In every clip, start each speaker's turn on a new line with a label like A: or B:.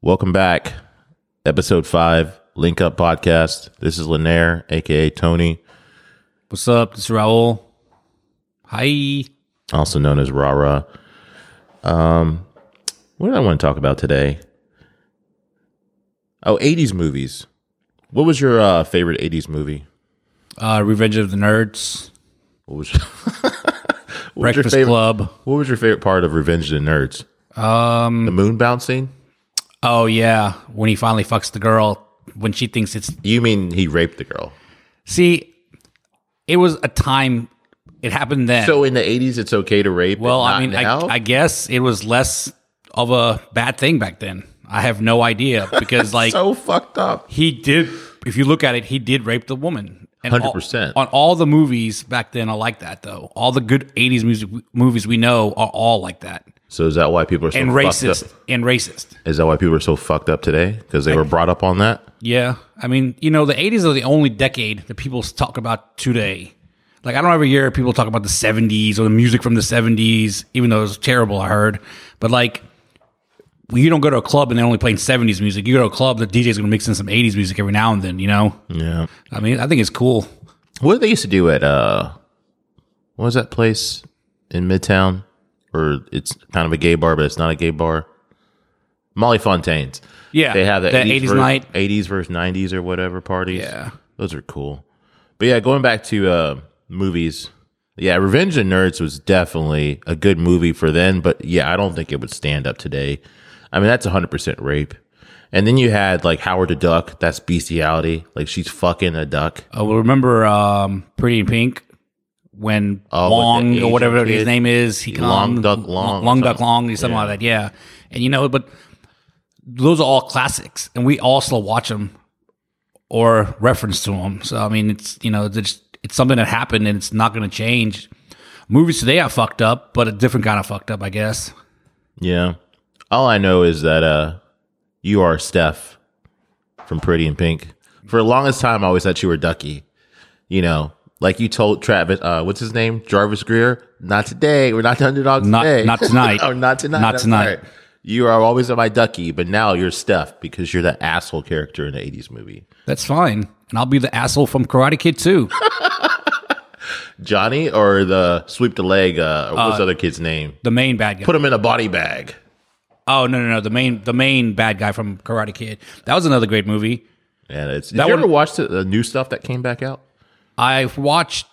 A: Welcome back. Episode five, Link Up Podcast. This is Lanier, aka Tony,
B: What's up? This is Raul. Hi.
A: also known as Rara. Um, what did I want to talk about today? Oh, 80s movies. What was your uh, favorite 80s movie?
B: Uh, Revenge of the Nerds.
A: What was, what was your
B: Breakfast
A: favorite?
B: Club.
A: What was your favorite part of Revenge of the Nerds?
B: Um.
A: The moon bouncing?
B: Oh yeah. When he finally fucks the girl when she thinks it's
A: You mean he raped the girl?
B: see, it was a time. It happened then.
A: So in the 80s, it's okay to rape?
B: well,
A: but
B: I
A: not
B: mean, I,
A: now?
B: I guess it was less of a bad thing back then. I have no idea because like
A: so fucked up.
B: he did. If you look at it, he did rape the woman. And all-
A: 100%.
B: on all the movies back then. I like that though. All the good '80s music movies we know are all like that.
A: So is that why people are so
B: and
A: fucked
B: racist
A: up?
B: and racist.
A: Is that why people are so fucked up today? Because they were brought up on that.
B: Yeah, I mean, you know, the '80s are the only decade that people talk about today. Like, I don't ever hear people talk about the '70s or the music from the '70s, even though it was terrible. I heard, but like, when you don't go to a club and they're only playing '70s music. You go to a club, the DJ's gonna mix in some '80s music every now and then. You know,
A: Yeah.
B: I mean, I think it's cool.
A: What did they used to do at uh, what was that place in Midtown? Or it's kind of a gay bar, but it's not a gay bar. Molly Fontaine's.
B: Yeah,
A: They have the
B: that '80s
A: versus,
B: night.
A: 80s versus 90s or whatever parties.
B: Yeah.
A: Those are cool. But yeah, going back to uh, movies. Yeah, Revenge of the Nerds was definitely a good movie for then, but yeah, I don't think it would stand up today. I mean, that's 100% rape. And then you had like Howard the Duck. That's bestiality. Like she's fucking a duck.
B: I will Uh, remember um, Pretty in Pink when
A: Oh, with the
B: Long
A: Asian
B: or whatever
A: kid.
B: his name is, he
A: Long
B: comes-
A: Duck Long or
B: Long Duck
A: something.
B: Long, something like that. Yeah, and you know, but those are all classics, and we all still watch them or reference to them. So I mean, it's you know, it's it's something that happened, and it's not going to change. Movies today are fucked up, but a different kind of fucked up, I guess.
A: Yeah. All I know is that uh, you are Steph from Pretty in Pink. For the longest time, I always thought you were Ducky. You know, like you told Travis, uh, what's his name? Jarvis Greer. Not today. We're not the underdogs
B: Not-
A: today.
B: not tonight.
A: oh, not tonight.
B: Not
A: I'm
B: tonight.
A: sorry. You are always my Ducky, but now you're Steph because you're the asshole character in the 80s movie.
B: That's fine, and I'll be the asshole from Karate Kid too.
A: Johnny or the sweep the leg, uh, what's the other kid's name?
B: the main bad guy.
A: Put him in a body bag.
B: Oh no, no, no! The main, the main bad guy from Karate Kid. That was another great movie.
A: And it's, did
B: That
A: you
B: one-
A: ever watch the, the new stuff that came back out?
B: I watched.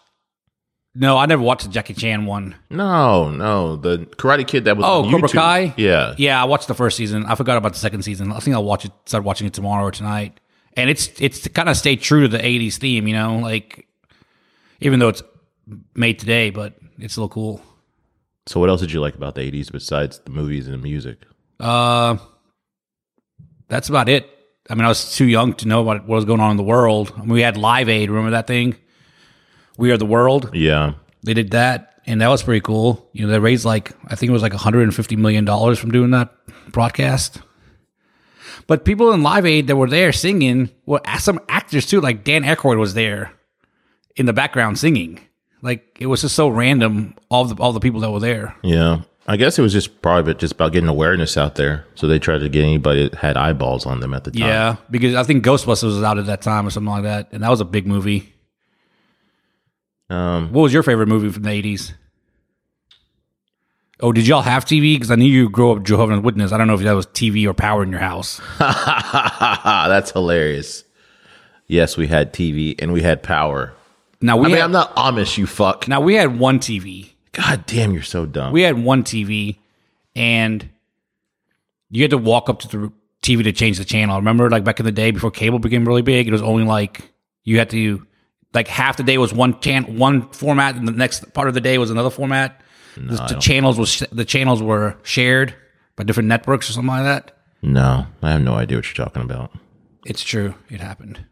B: No, I never watched the Jackie Chan one.
A: No, no, the Karate Kid that was
B: Oh,
A: on
B: Cobra
A: YouTube.
B: Kai.
A: Yeah,
B: yeah. I watched the first season. I forgot about the second season. I think I'll watch it. Start watching it tomorrow or tonight. And it's it's to kind of stay true to the '80s theme, you know. Like, even though it's made today, but it's still cool.
A: So what else did you like about the '80s besides the movies and the music?
B: Uh, that's about it. I mean, I was too young to know about what was going on in the world. I mean, we had Live Aid. Remember that thing? We are the world.
A: Yeah,
B: they did that and that was pretty cool you know they raised like i think it was like 150 million dollars from doing that broadcast but people in live aid that were there singing were a- some actors too like dan Aykroyd was there in the background singing like it was just so random all the all the people that were there
A: yeah. I guess it was just probably just about getting awareness out there. So they tried to get anybody that had eyeballs on them at the time.
B: yeah Uh, because i think ghostbusters was out at that time or something like that and that was a big movie
A: Um,
B: what was your favorite movie from the 80s oh did y'all have tv because i knew you grew up jehovah's witness i don't know if that was tv or power in your house
A: that's hilarious. Yes, we had TV and we had power.
B: now
A: I
B: we
A: mean,
B: had-
A: I'm not Amish, you fuck.
B: Now we had one TV.
A: God damn, you're so dumb.
B: We had one TV, and you had to walk up to the TV to change the channel. Remember, like back in the day before cable became really big, it was only like you had to like half the day was one chan- one format, and the next part of the day was another format. The- the, channels was sh- the channels were shared by different networks or something like that.
A: no, I have no idea what you're talking about.
B: It's true. It happened.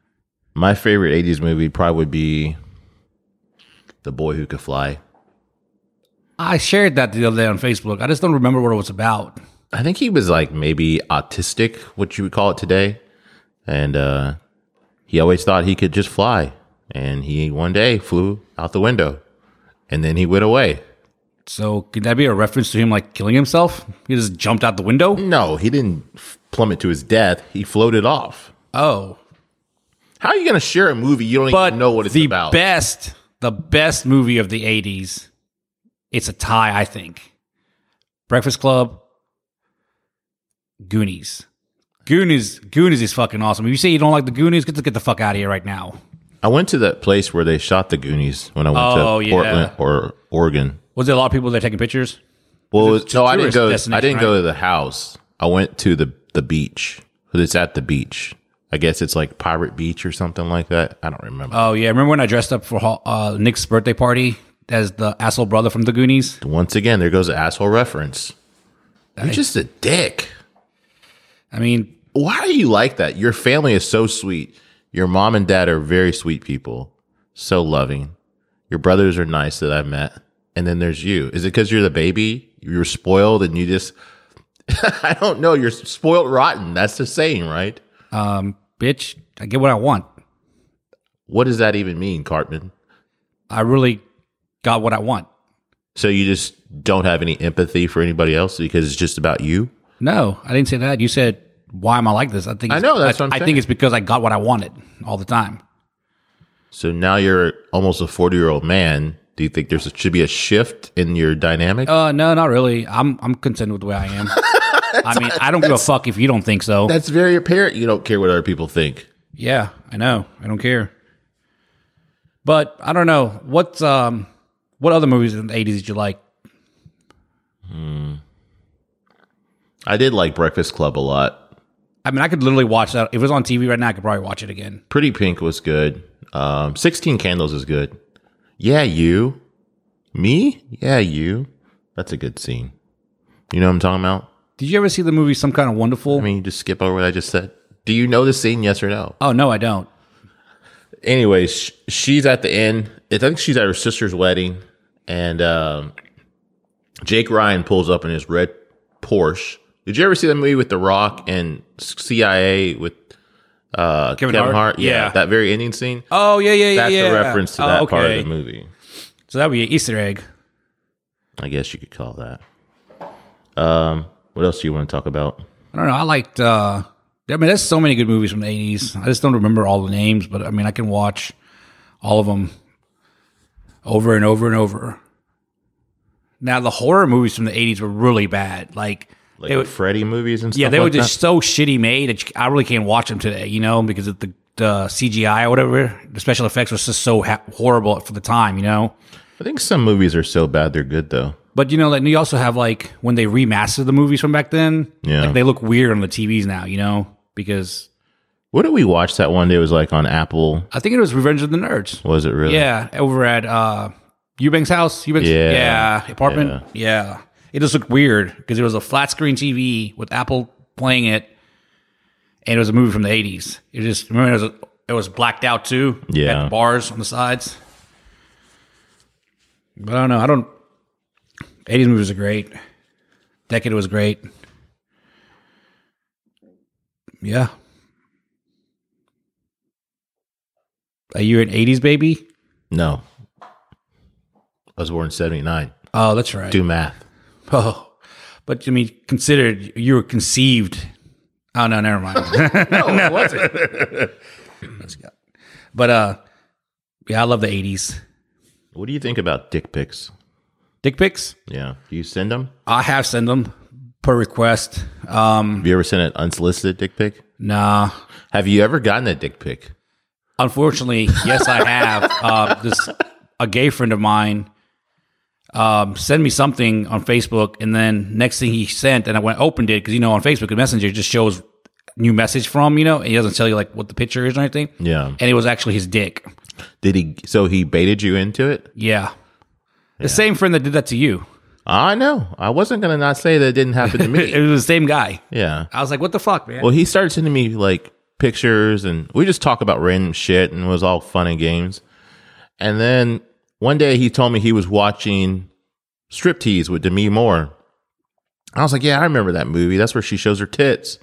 A: My favorite 80s movie probably would be The Boy Who Could Fly.
B: I shared that the other day on Facebook. I just don't remember what it was about.
A: I think he was like maybe autistic, what you would call it today. And uh, he always thought he could just fly. And he one day flew out the window and then he went away.
B: So could that be a reference to him like killing himself? He just jumped out the window.
A: No, he didn't f- plummet to his death, he floated off.
B: Oh,
A: How are you going to share a movie you don't
B: but
A: even know what it's
B: the
A: about?
B: best, the best movie of the '80s. It's a tie, I think. Breakfast Club, Goonies, Goonies, Goonies is fucking awesome. If you say you don't like the Goonies, get the get the fuck out of here right now.
A: I went to that place where they shot the Goonies when I went
B: Oh,
A: to
B: yeah.
A: Portland or Oregon.
B: Was there a lot of people there taking pictures?
A: Well,
B: It's a
A: no, I didn't
B: tourist
A: go. I
B: destination,
A: didn't
B: right?
A: go to the house. I went to the the beach. 'Cause It's at the beach. I guess it's like Pirate Beach or something like that. I don't remember.
B: Oh yeah, remember when I dressed up for Hall- uh, Nick's birthday party as the asshole brother from the Goonies?
A: Once again, there goes an asshole reference. You're just a dick.
B: I mean,
A: Why are you like that? Your family is so sweet. Your mom and dad are very sweet people, so loving. Your brothers are nice that I've met. And then there's you. Is it because you're the baby? You're spoiled and you just, I don't know. You're spoiled rotten. That's the saying, right?
B: um, bitch, I get what I want.
A: What does that even mean, Cartman?
B: I really got what I want.
A: So you just don't have any empathy for anybody else because it's just about you?
B: No, I didn't say that. You said, "Why am I like this?" I think
A: I
B: it's-
A: know, that's what I'm
B: I
A: saying.
B: think it's because I got what I wanted all the time.
A: So now you're almost a 40 year old man. Do you think there's a, should be a shift in your dynamic?
B: Uh, no, not really. I'm I'm content with the way I am. I mean, I don't give a fuck if you don't think so.
A: That's very apparent. You don't care what other people think.
B: Yeah, I know. I don't care. But I don't know what's um what other movies in the '80s did you like?
A: I did like Breakfast Club a lot.
B: I mean, I could literally watch that if it was on TV right now. I could probably watch it again.
A: Pretty Pink was good. Um, 16 Candles is good. Yeah, you. Me? Yeah, you. That's a good scene. You know what I'm talking about?
B: Did you ever see the movie Some Kind of Wonderful?
A: I mean, you just skip over what I just said. Do you know the scene? Yes or no?
B: oh no, I don't.
A: anyways, sh- she's at the end. I think she's at her sister's wedding, and um, Jake Ryan pulls up in his red Porsche. Did you ever see that movie with The Rock and CIA with uh, Kevin,
B: Kevin
A: Hart?
B: Hart?
A: Yeah,
B: Yeah.
A: that very ending scene.
B: Oh yeah, yeah, yeah.
A: That's
B: yeah.
A: a reference to
B: Oh,
A: that part of
B: okay.
A: the movie.
B: So that would be an Easter egg.
A: I guess you could call that. Um, what else do you want to talk about?
B: I don't know. I liked. uh I mean, there's so many good movies from the '80s. I just don't remember all the names, but I mean, I can watch all of them over and over and over. Now, the horror movies from the '80s were really bad. Like,
A: Like
B: they would,
A: Freddy movies and stuff.
B: yeah, they
A: like
B: were
A: that?
B: just so shitty made that you, I really can't watch them today. You know, because of the the CGI or whatever, the special effects was just so ha- horrible for the time. You know.
A: I think some movies are so bad they're good though.
B: But you know, like you also have like when they remastered the movies from back then,
A: Yeah.
B: like they look weird on the TVs now, you know, because
A: What did we watch that one day? It was like on Apple.
B: I think it was Revenge of the Nerds.
A: Was it really?
B: Yeah, over at uh Eubank's house, Eubank's
A: Yeah.
B: yeah, apartment, yeah. It just looked weird because it was a flat screen TV with Apple playing it, and it was a movie from the '80s. It just remember it was it was blacked out too. It had
A: Yeah.
B: bars on the sides. But I don't know. I don't. '80s movies are great. Decade was great. Yeah. Are you an '80s baby?
A: No. I was born in 79.
B: Oh, that's right.
A: Do math.
B: Oh, but I mean, considered you were conceived. Oh no, never mind.
A: No, was it?
B: but uh, yeah, I love the '80s.
A: What do you think about dick pics?
B: Dick pics,
A: Yeah. Do you send them?
B: I have sent them per request. Um,
A: Have you ever sent an unsolicited dick pic?
B: nah,
A: Have you ever gotten a dick pic?
B: unfortunately, yes, I have. uh, this a gay friend of mine. Um, send me something on Facebook, and then next thing he sent, and I went opened it because you know on Facebook, the messenger just shows new message from you know, and he doesn't tell you like what the picture is or anything.
A: Yeah.
B: And it was actually his dick.
A: Did he? So he baited you into it?
B: Yeah. The same friend that did that to you.
A: I know. I wasn't going to not say that it didn't happen to
B: It
A: me.
B: was the same guy.
A: yeah.
B: I was like, what the fuck, man?
A: Well, he started sending me like pictures and we just talk about random shit and it was all fun and games. And then one day he told me he was watching Striptease with Demi Moore. I was like, yeah, I remember that movie. That's where she shows her tits.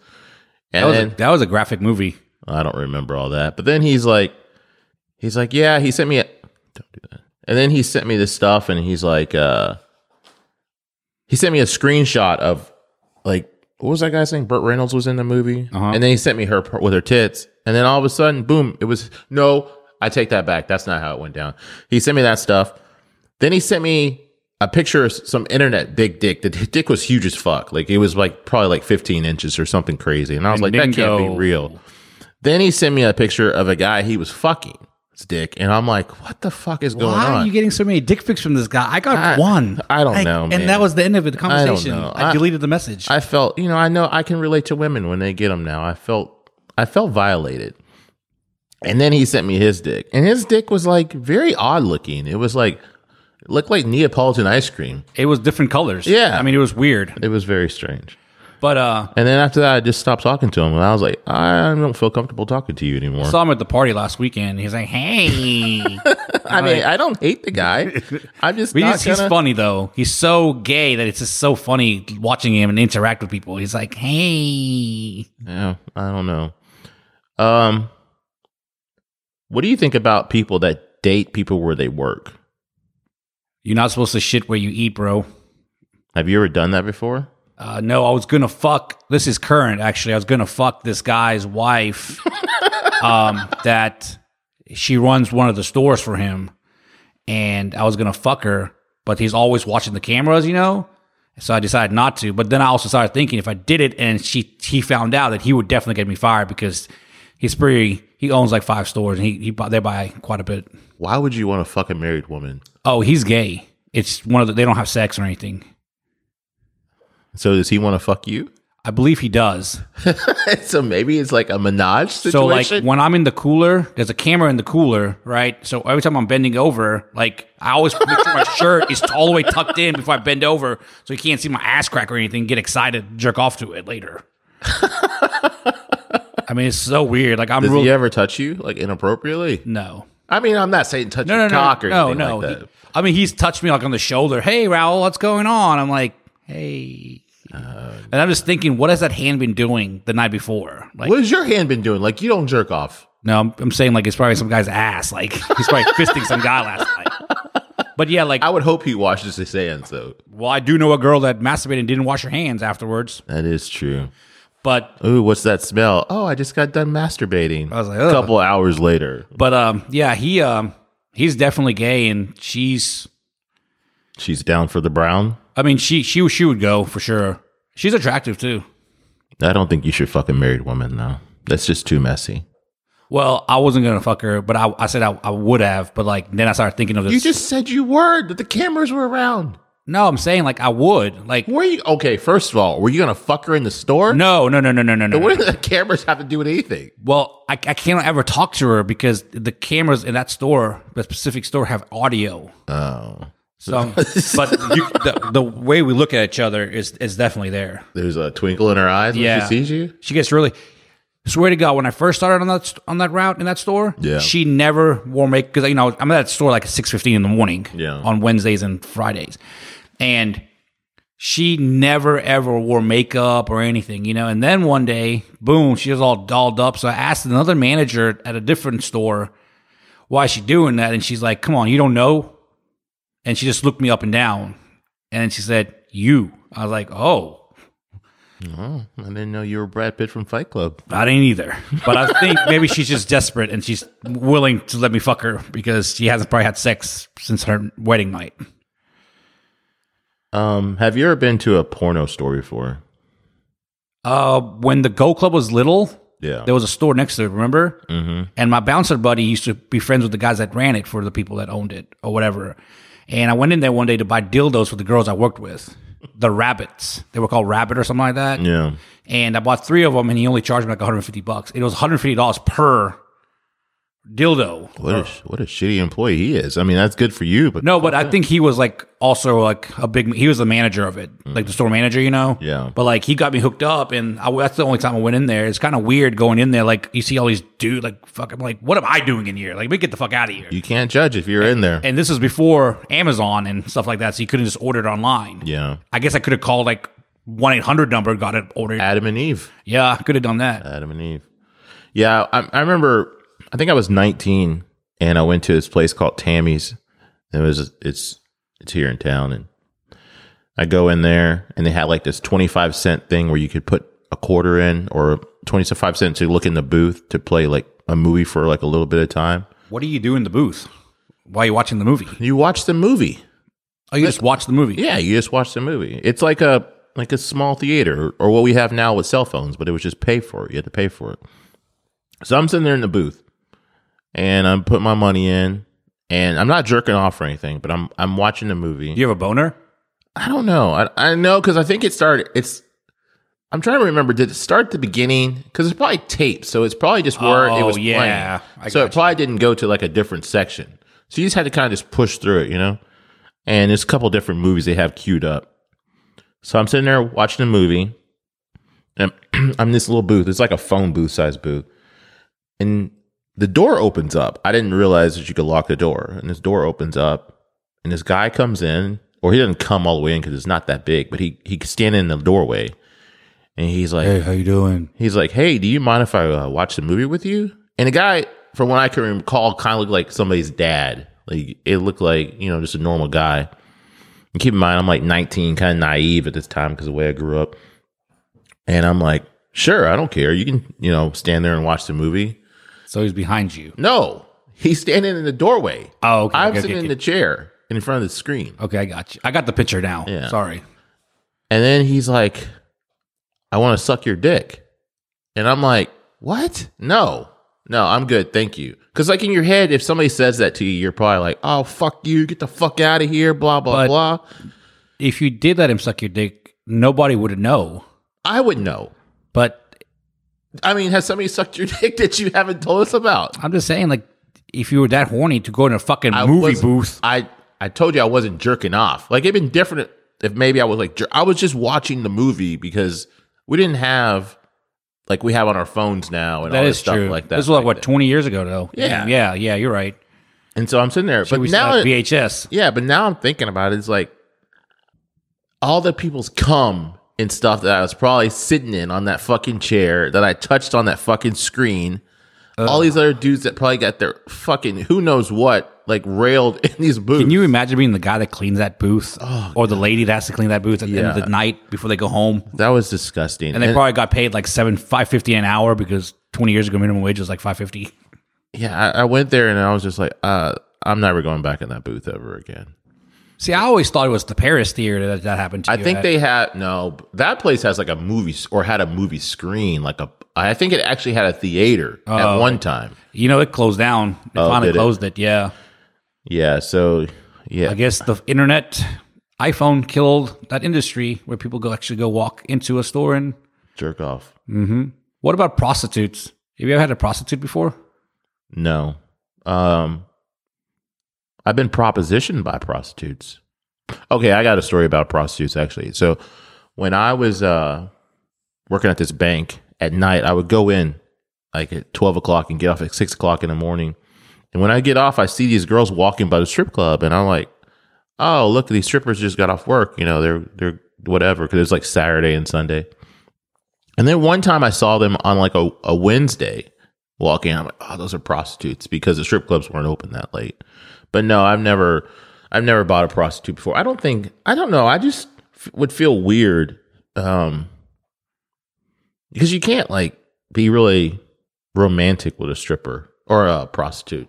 B: that,
A: And
B: was a,
A: then,
B: that was a graphic movie.
A: I don't remember all that. But then he's like, he's like, yeah, he sent me a, don't do that. And then he sent me this stuff and he's like, uh, he sent me a screenshot of like what was that guy saying? Burt Reynolds was in the movie, and then he sent me her per- with her tits, and then all of a sudden, boom! It was no. I take that back. That's not how it went down. He sent me that stuff. Then he sent me a picture of some internet big dick. The d- dick was huge as fuck. Like it was like probably like 15 inches or something crazy. And I was like, that can't be
B: Mingo.
A: real. Then he sent me a picture of a guy he was fucking. His dick, and I'm like, what the fuck is going
B: Why
A: on?
B: are you getting so many dick pics from this guy? I got
A: I-
B: one.
A: I don't
B: Like,
A: know,
B: And
A: man.
B: that was the end of it, the
A: don't
B: conversation.
A: know.
B: I,
A: I-
B: deleted the message.
A: I felt, you know, I know I can relate to women when they get them now. I felt, I felt violated. And then he sent me his dick, and his dick was like very odd looking. It was like, it looked like Neapolitan ice cream.
B: it was different colors.
A: Yeah.
B: I mean, it was weird.
A: It was very strange.
B: But uh,
A: And then after that, I just stopped talking to him, and I was like, I don't feel comfortable talking to you anymore.
B: I saw him at the party last weekend. He's like, hey.
A: I mean, I don't hate the guy. I'm just
B: But
A: not
B: he's, he's
A: gonna-
B: funny, though. He's so gay that it's just so funny watching him and interact with people. He's like, hey.
A: Yeah, I don't know. Um, what do you think about people that date people where they work?
B: You're not supposed to shit where you eat, bro.
A: Have you ever done that before?
B: Uh, no, I was gonna fuck. This is current, actually. I was gonna fuck this guy's wife. um, that she runs one of the stores for him, and I was gonna fuck her, but he's always watching the cameras, you know. So I decided not to. But then I also started thinking if I did it, and she he found out that he would definitely get me fired because he's pretty. He owns like five stores, and he he bought they buy quite a bit.
A: Why would you want to fuck a married woman?
B: Oh, he's gay. It's one of the, they don't have sex or anything.
A: So does he want to fuck you?
B: I believe he does.
A: so maybe it's like a menage
B: So
A: situation.
B: like when I'm in the cooler, there's a camera in the cooler, right? So every time I'm bending over, like I always make sure my shirt is all the way tucked in before I bend over, so you can't see my ass crack or anything. Get excited, jerk off to it later. I mean, it's so weird. Like I'm
A: does
B: real.
A: he ever touch you like inappropriately?
B: no,
A: I mean, I'm not saying touch
B: no, no,
A: your
B: no,
A: cock or
B: no,
A: anything
B: no.
A: like that.
B: He- I mean, he's touched me like on the shoulder. Hey, Raul, what's going on? I'm like, hey.
A: Oh,
B: and I'm just thinking, what has that hand been doing the night before? Like,
A: what has your hand been doing? Like you don't jerk off.
B: No, I'm, I'm saying like it's probably some guy's ass. Like he's probably fisting some guy last night. But yeah, like
A: I would hope he washes his hands though.
B: well, I do know a girl that masturbated and didn't wash her hands afterwards.
A: That is true.
B: But
A: Ooh, what's that smell? Oh, I just got done masturbating. I
B: was like,
A: a
B: ugh.
A: couple hours later.
B: but um, yeah, he um, he's definitely gay, and she's.
A: She's down for the brown.
B: I mean, she she she would go for sure. She's attractive too.
A: I don't think you should fuck a married woman though. That's just too messy.
B: Well, I wasn't gonna fuck her, but I, I said I, I would have, but like then I started thinking of this.
A: You just said you were that the cameras were around.
B: no, I'm saying like I would like
A: Were you okay? First of all, were you gonna fuck her in the store?
B: no no no no no no no.
A: What do the cameras have to do with anything?
B: Well, I, I can't ever talk to her because the cameras in that store, that specific store, have audio. Oh. So, but you, the, the way we look at each other is is definitely there.
A: There's a twinkle in her eyes when
B: Yeah.
A: she sees you.
B: She gets really. Swear to God, when I first started on that st- on that route in that store,
A: Yeah.
B: she never wore makeup because you know I'm at that store like at six fifteen in the morning,
A: Yeah.
B: on Wednesdays and Fridays, and she never ever wore makeup or anything, you know. And then one day, boom, she was all dolled up. So I asked another manager at a different store why is she doing that, and she's like, "Come on, you don't know," and she just looked me up and down, and she said, "You." I was like, "Oh."
A: I didn't know you were Brad Pitt from Fight Club.
B: I didn't either. But I think maybe she's just desperate and she's willing to let me fuck her because she hasn't probably had sex since her wedding night.
A: Um, have you ever been to a porno store before?
B: Uh, when the Go Club was little,
A: Yeah.
B: there was a store next to it, remember? Mm-hmm. And my bouncer buddy used to be friends with the guys that ran it for the people that owned it or whatever. And I went in there one day to buy dildos for the girls I worked with, the rabbits. They were called rabbit or something like that.
A: yeah.
B: and I bought three of them, and he only charged me like 150 bucks. It was 150 dollars per dildo.
A: What a what a shitty employee he is. I mean, that's good for you, but
B: Uh. No, but I think he was like also like a big. He was the manager of it, like the store manager, you know.
A: Yeah.
B: But like he got me hooked up, and I, that's the only time I went in there. It's kind of weird going in there. Like you see all these dude, like fuck. I'm like, what am I doing in here? Like, we get the fuck out of here.
A: you can't judge if you're in there.
B: and this is before Amazon and stuff like that, so you couldn't just order it online.
A: yeah.
B: I guess I could have called like one eight hundred number, got it ordered.
A: Adam and Eve.
B: yeah, I could have done that.
A: Adam and Eve. Yeah, I, I remember. I think I was 19, and I went to this place called Tammy's. It was it's it's here in town, and I go in there and they had like this 25 cent thing where you could put a quarter in or 25 cents to look in the booth to play like a movie for like a little bit of time.
B: What do you do in the booth while you're watching the movie?
A: You watch the movie.
B: Oh, you just watch the movie.
A: Yeah, you just watch the movie. It's like a like a small theater or what we have now with cell phones, but it was just pay for it. You had to pay for it. So I'm sitting there in the booth and I'm putting my money in and I'm not jerking off or anything, but I'm I'm watching the movie.
B: Do you have a boner?
A: I don't know. I, I know because I think it started. It's. I'm trying to remember. Did it start at the beginning? Because it's probably tape, so it's probably just where it
B: Oh,
A: was
B: yeah. I
A: playing. So it probably didn't go to like a different section. So you just had to kind of just push through it, you know. And there's a couple different movies they have queued up. So I'm sitting there watching a movie, and I'm, I'm in this little booth. It's like a phone booth size booth, and the door opens up. I didn't realize that you could lock the door, and this door opens up, and this guy comes in, or he doesn't come all the way in because it's not that big, but he he standing in the doorway, and he's like,
B: how you doing?
A: he's like, hey, do you mind if I uh, watch the movie with you? And the guy, from what I can recall, kind of looked like somebody's dad. Like it looked like you know just a normal guy. And keep in mind, I'm like 19, kind of naive at this time because the way I grew up. And I'm like, sure, I don't care. You can you know stand there and watch the movie.
B: So he's behind you.
A: No, he's standing in the doorway.
B: Oh, okay.
A: I'm
B: okay,
A: sitting
B: okay,
A: in the chair in front of the screen.
B: okay, I got you. I got the picture now.
A: Yeah.
B: Sorry.
A: And then he's like, I want to suck your dick. And I'm like, what? No, no, I'm good. Thank you. Cause like in your head, if somebody says that to you, you're probably like, oh, fuck you. Get the fuck out of here. Blah, blah,
B: But-
A: blah.
B: If you did let him suck your dick, nobody would know.
A: I would know.
B: But
A: I mean, has somebody sucked your dick that you haven't told us about?
B: I'm just saying, like, if you were that horny to go in a fucking
A: I
B: movie
A: wasn't-
B: booth,
A: I, I told you I wasn't jerking off. Like it'd been different if maybe I was like, jer- I was just watching the movie because we didn't have like we have on our phones now and
B: that
A: all
B: is
A: this stuff
B: true.
A: like that.
B: This was like,
A: back
B: what
A: then.
B: 20 years ago, though.
A: Yeah.
B: Damn, yeah, yeah. You're right.
A: And so I'm sitting there, but
B: We
A: now,
B: saw VHS.
A: yeah, but now I'm thinking about it. It's like all the people's cum and stuff that I was probably sitting in on that fucking chair that I touched on that fucking screen. all these other dudes that probably got their fucking who knows what like railed in these booths.
B: Can you imagine being the guy that cleans that booth,
A: Oh,
B: or the lady that has to clean that booth at the end of the night before they go home?
A: that was disgusting.
B: And they probably got paid like seven five fifty an hour because twenty years ago minimum wage was like five fifty.
A: yeah, I, I went there and I was just like, uh, I'm never going back in that booth ever again.
B: See, I always thought it was the Paris theater that that happened to.
A: I
B: you
A: think
B: at.
A: they had no. That place has like a movie s- or had a movie screen, like a. I think it actually had a theater at one time.
B: you know it closed down. It finally
A: Oh, did it?
B: closed it. Yeah,
A: Yeah. So yeah,
B: I guess the internet, iPhone killed that industry where people go actually go walk into a store and.
A: jerk off.
B: What about prostitutes? Have you ever had a prostitute before?
A: No. Um, I've been propositioned by prostitutes. Okay, I got a story about prostitutes actually. So when I was uh working at this bank at night, I would go in like at twelve o'clock and get off at six o'clock in the morning. And when I get off, I see these girls walking by the strip club, and I'm like, "Oh, look, these strippers just got off work. You know, they're they're whatever." Because it's like Saturday and Sunday. And then one time I saw them on like a, a Wednesday walking. I'm like, "Oh, those are prostitutes," because the strip clubs weren't open that late. But no, I've never I've never bought a prostitute before. I don't think I don't know. I just f- would feel weird um, because you can't like be really romantic with a stripper or a prostitute.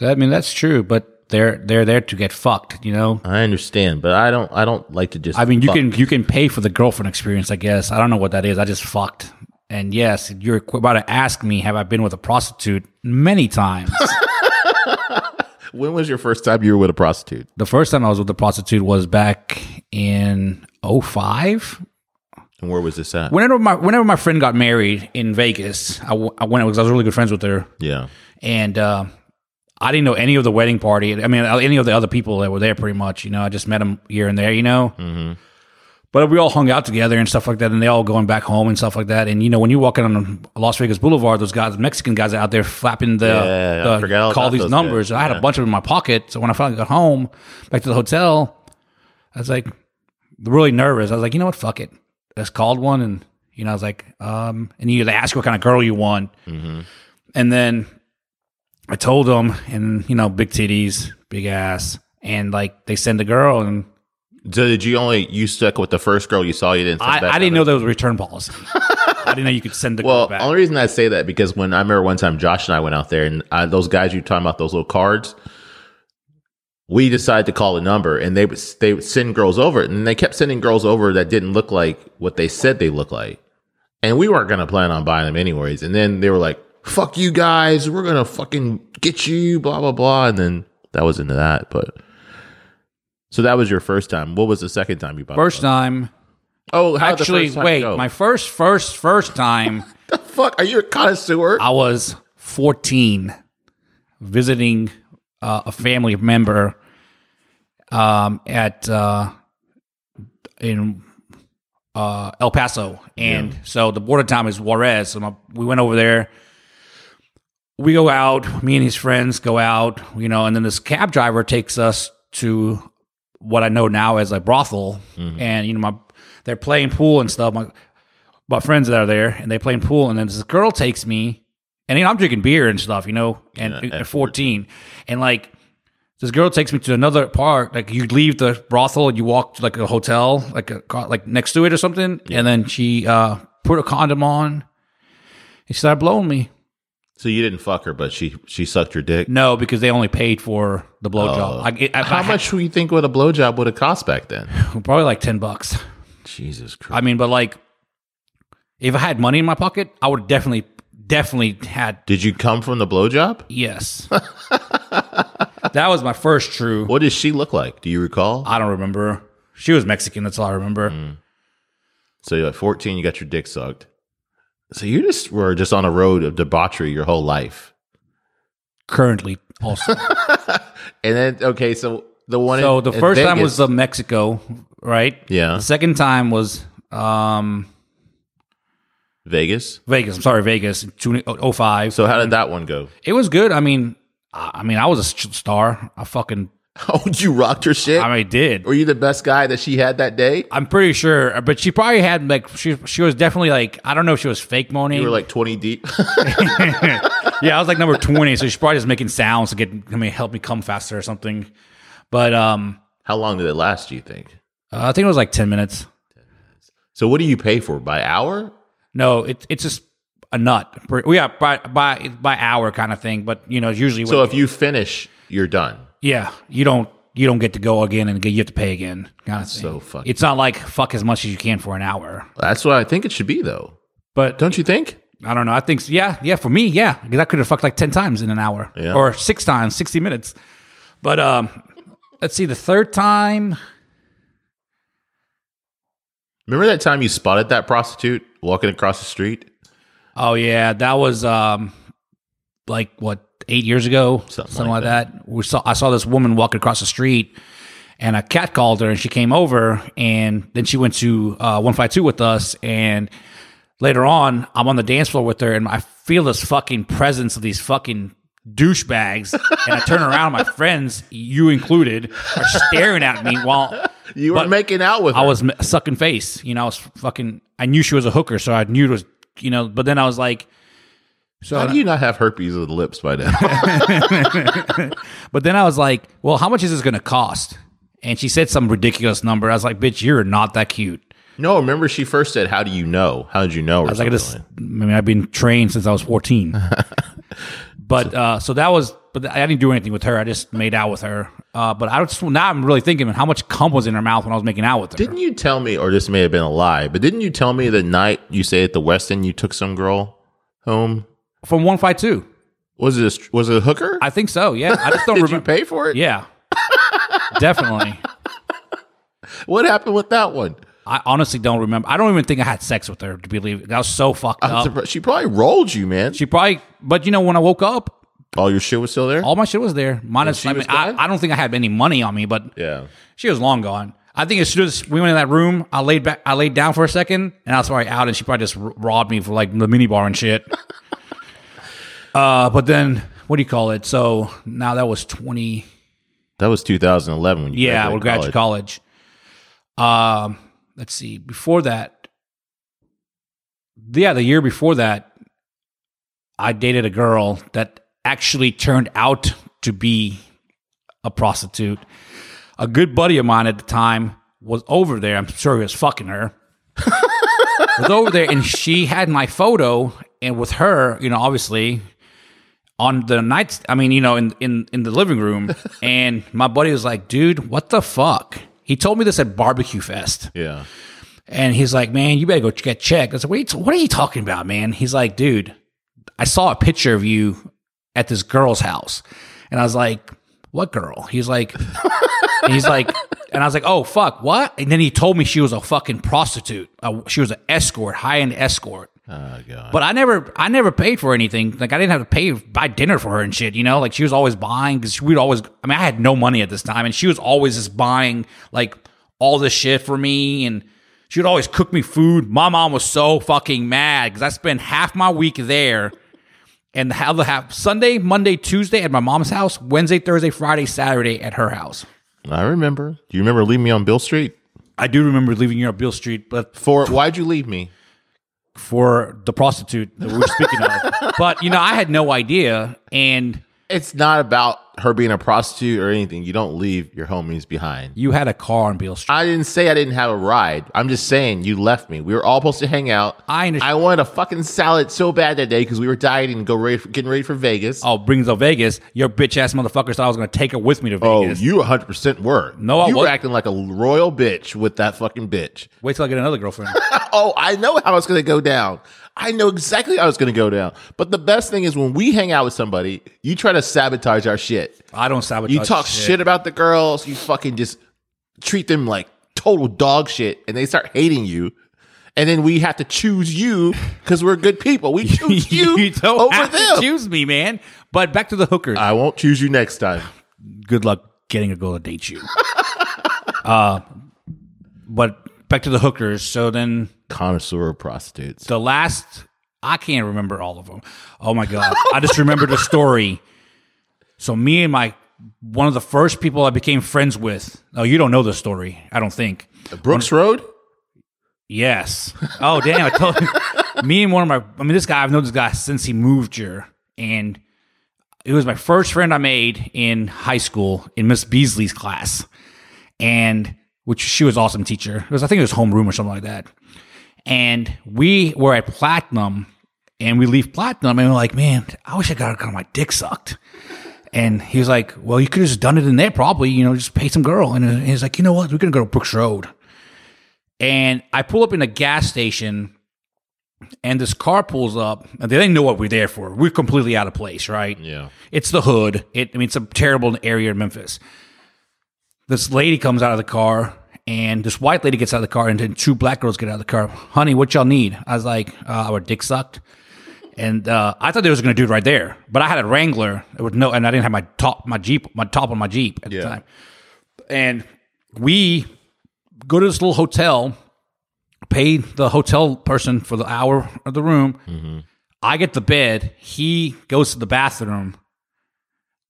B: I mean, that's true, but they're they're there to get fucked. You know,
A: I understand, but I don't. I don't like to just.
B: I mean, you
A: fuck.
B: can you can pay for the girlfriend experience, I guess. I don't know what that is. I just fucked. And yes, you're qu- about to ask me, have I been with a prostitute? Many times.
A: When was your first time you were with a prostitute?
B: the first time I was with a prostitute was back in 05.
A: And where was this at?
B: Whenever my whenever my friend got married in Vegas, I, w- I went because I was really good friends with her,
A: yeah.
B: and uh, I didn't know any of the wedding party. I mean, uh, any of the other people that were there, pretty much. You know, I just met them here and there. You know,
A: Mm-hmm.
B: but we all hung out together and stuff like that, and they all going back home and stuff like that. And you know, when you're walking on Las Vegas Boulevard, those guys, Mexican guys, are out there flapping the,
A: Yeah, I
B: the-
A: forgot all
B: call
A: about
B: these
A: those
B: numbers. I had a bunch of them in my pocket, so when I finally got home, back to the hotel, I was like really nervous. I was like, you know what, fuck it, I just called one, and you know, I was like, um, and you they ask you what kind of girl you want,
A: Mm-hmm.
B: and then I told them, and you know, big titties, big ass, and like they send the girl, and
A: So did you only you stuck with the first girl you saw? You didn't.
B: I, I didn't know there was a return policy. I didn't know you could send the girl
A: Well,
B: back.
A: only reason I say that because when I remember one time Josh and I went out there and uh those guys you were talking about those little cards, we decided to call a number and they would they would send girls over and they kept sending girls over that didn't look like what they said they looked like, and we weren't gonna plan on buying them anyways. And then they were like, "Fuck you guys, we're gonna fucking get you," blah blah blah. And then that was into that, but. So that was your first time. What was the second time you bought?
B: First time,
A: oh, how'd the
B: actually,
A: first time
B: wait.
A: go?
B: My first, first, first time,
A: the fuck are you a connoisseur?
B: I was 14, visiting uh, a family member um, at uh, in uh, El Paso, and so the border town is Juarez. So my, we went over there. We go out. Me and his friends go out, you know, and then this cab driver takes us to what I know now as a brothel, and you know, my they're playing pool and stuff. My my friends that are there, and they playing pool, and then this girl takes me, and you know, I'm drinking beer and stuff, you know, and at 14, and like this girl takes me to another part. Like you leave the brothel, and you walk to like a hotel, like a co- like next to it or something, and then she uh, put a condom on. And she started blowing me.
A: So you didn't fuck her, but she she sucked your dick.
B: No, because they only paid for the blowjob. I, it- I,
A: Oh. How much would you think would a blowjob would have cost back then?
B: Probably like ten bucks.
A: Jesus Christ!
B: I mean, but like, if I had money in my pocket, I would definitely, definitely had
A: Did you come from the blowjob?
B: Yes. that was my first true.
A: What does she look like? Do you recall?
B: I don't remember. She was Mexican. That's all I remember.
A: Mm. so you're at 14, you got your dick sucked. So you just were just on a road of debauchery your whole life,
B: Currently, also.
A: and then okay, so the one
B: so
A: in-
B: the
A: in
B: first time was
A: Vegas-
B: the Mexico, right?
A: yeah
B: The second time was um,
A: Vegas.
B: Vegas. I'm sorry, Vegas, 20- 05.
A: So how did that one go?
B: it was good. I mean, I I mean, I was a st- star. I fucking,
A: Oh, you rocked her shit.
B: I mean, I did.
A: were you the best guy that she had that day?
B: I'm pretty sure, but she probably had like she she was definitely like I don't know if she was fake moaning.
A: You were like 20 deep.
B: yeah, I was like number 20, so she's probably just making sounds to get I mean help me come faster or something. But um
A: how long did it last? Do you think?
B: uh, I think it was like 10 minutes.
A: So what do you pay for by hour?
B: No, it, it's just a nut. Per- Yeah, by by by hour kind of thing, but you know, it's usually
A: So if you finish, you're done.
B: yeah, you don't you don't get to go again and you have to pay again. Kind of thing.
A: so fucking-
B: It's not like fuck as much as you can for an hour.
A: That's what I think it should be, though.
B: But
A: Don't you think?
B: I don't know. I think yeah, yeah. For me, yeah, because I could have fucked like ten times in an hour
A: Yeah.
B: or six times, sixty minutes. But um, let's see. The third time,
A: Remember that time you spotted that prostitute walking across the street?
B: Oh yeah, that was um like what eight years ago, something, like, that. We saw I saw this woman walking across the street, and a cat called her, and she came over, and then she went to uh, one five two with us, and later on, I'm on the dance floor with her, and I feel this fucking presence of these fucking douchebags, and I turn around, my friends, you included, are staring at me while.
A: You were
B: But-
A: making out with her.
B: I was m- sucking face. You know, I was fucking. I knew she was a hooker, so I knew it was. You know, but then I was like,
A: How do you not have herpes of the lips by now?
B: but then I was like, well, how much is this going to cost? And she said some ridiculous number. I was like, bitch, you're not that cute.
A: no, remember she first said, "How do you know? How did you know?" Or
B: I was like, I
A: something
B: just,
A: like
B: I mean, I've been trained since I was 14. but uh, so that was, but I didn't do anything with her. I just made out with her. Uh, but I just, now I'm really thinking how much cum was in her mouth when I was making out with her.
A: Didn't you tell me, or this may have been a lie, but didn't you tell me the night you say at the West End you took some girl home?
B: From 152.
A: Was it a, str- was it a hooker?
B: I think so. Yeah. I just don't
A: did you
B: remember.
A: pay for it?
B: Yeah. Definitely.
A: What happened with that one?
B: I honestly don't remember. I don't even think I had sex with her to believe. I was so fucked
A: I'm
B: up.
A: surprised- She probably rolled you, man.
B: Uh, She probably, but you know, when I woke up,
A: all your shit was still there.
B: all my shit was there. Minus,
A: she
B: I
A: was
B: mean, I,
A: gone?
B: I don't think I had any money on me, but
A: yeah.
B: she was long gone. I think as soon as we went in that room, I laid back, I laid down for a second, and I was probably out, and she probably just r- robbed me for like the minibar and shit. uh, but then what do you call it? So now that was twenty.
A: That was 2011 when you
B: Yeah, we're
A: graduated
B: graduate college. Um, let's see. Before that, yeah, the year before that, I dated a girl that actually turned out to be a prostitute. A good buddy of mine at the time was over there. I'm sure he was fucking her. was over there, and she had my photo, and with her, you know, obviously, on the night. I mean, you know, in in in the living room, and my buddy was like, "Dude, what the fuck?" He told me this at barbecue fest.
A: Yeah.
B: And he's like, man, you better go get checked. I said, what are you, what are you talking about, man? He's like, dude, I saw a picture of you at this girl's house. And I was like, what girl? He's like, and he's like, and I was like, oh, fuck, what? And then he told me she was a fucking prostitute. Uh, she was an escort, high end escort.
A: Oh god.
B: But I never, I never paid for anything. Like I didn't have to pay buy dinner for her and shit. You know, like she was always buying because we'd always. I mean, I had no money at this time, and she was always just buying like all this shit for me, and she would always cook me food. My mom was so fucking mad because I spent half my week there, and the other half Sunday, Monday, Tuesday at my mom's house, Wednesday, Thursday, Friday, Saturday at her house.
A: I remember. Do you remember leaving me on Bill Street?
B: I do remember leaving you on Beale Street, but
A: For why'd you leave me?
B: for the prostitute that we were speaking of. But you know, I had no idea, and
A: It's not about her being a prostitute or anything. You don't leave your homies behind.
B: you had a car on Beale Street.
A: I didn't say I didn't have a ride. I'm just saying you left me. We were all supposed to hang out.
B: I understand.
A: I wanted a fucking salad so bad that day because we were dieting and go ready for, getting ready for Vegas.
B: oh, brings to Vegas. Your bitch ass motherfucker thought I was gonna take her with me to
A: Oh,
B: Vegas.
A: you 100% were.
B: No, I
A: You were
B: wasn't.
A: acting like a royal bitch with that fucking bitch.
B: Wait till I get another girlfriend.
A: Oh, I know how it's going to go down. I know exactly how it's going to go down. But the best thing is when we hang out with somebody, you try to sabotage our shit.
B: I don't sabotage.
A: You talk shit. about the girls. You fucking just treat them like total dog shit, and they start hating you. And then we have to choose you because we're good people. We choose you,
B: you don't
A: over Uh,
B: have
A: them.
B: to choose me, man. But back to the hookers.
A: I won't choose you next time.
B: Good luck getting a girl to date you. uh, but back to the hookers. So then
A: Connoisseur of prostitutes.
B: the last I can't remember all of them. Oh my god, I just remembered the story. So me and my one of the first people I became friends with. Oh, you don't know the story, I don't think.
A: Uh, Brooks Road.
B: Yes. Oh damn, I told me and one of my. I mean, this guy I've known this guy since he moved here, and it was my first friend I made in high school in Miss Beasley's class, and which she was an awesome teacher. It was I think it was homeroom or something like that, and we were at Platinum, and we leave Platinum, and we're like, man, I wish I got got my dick sucked. And he was like, well, you could have just done it in there, probably, you know, just pay some girl. And he's like, you know what? We're going to go to Brooks Road and I pull up in a gas station, and this car pulls up, and they didn't know what we're there for. We're completely out of place, right?
A: Yeah.
B: It's the hood. It, I mean, it's a terrible area in Memphis. This lady comes out of the car, and this white lady gets out of the car, and then two black girls get out of the car. Honey, what y'all need? I was like, uh, our dick sucked. And uh, I thought they was gonna do it right there, but I had a Wrangler with no, and I didn't have my top, my Jeep, my top on my Jeep at
A: Yeah.
B: the time. And we go to this little hotel, pay the hotel person for the hour of the room.
A: Mm-hmm.
B: I get the bed. He goes to the bathroom.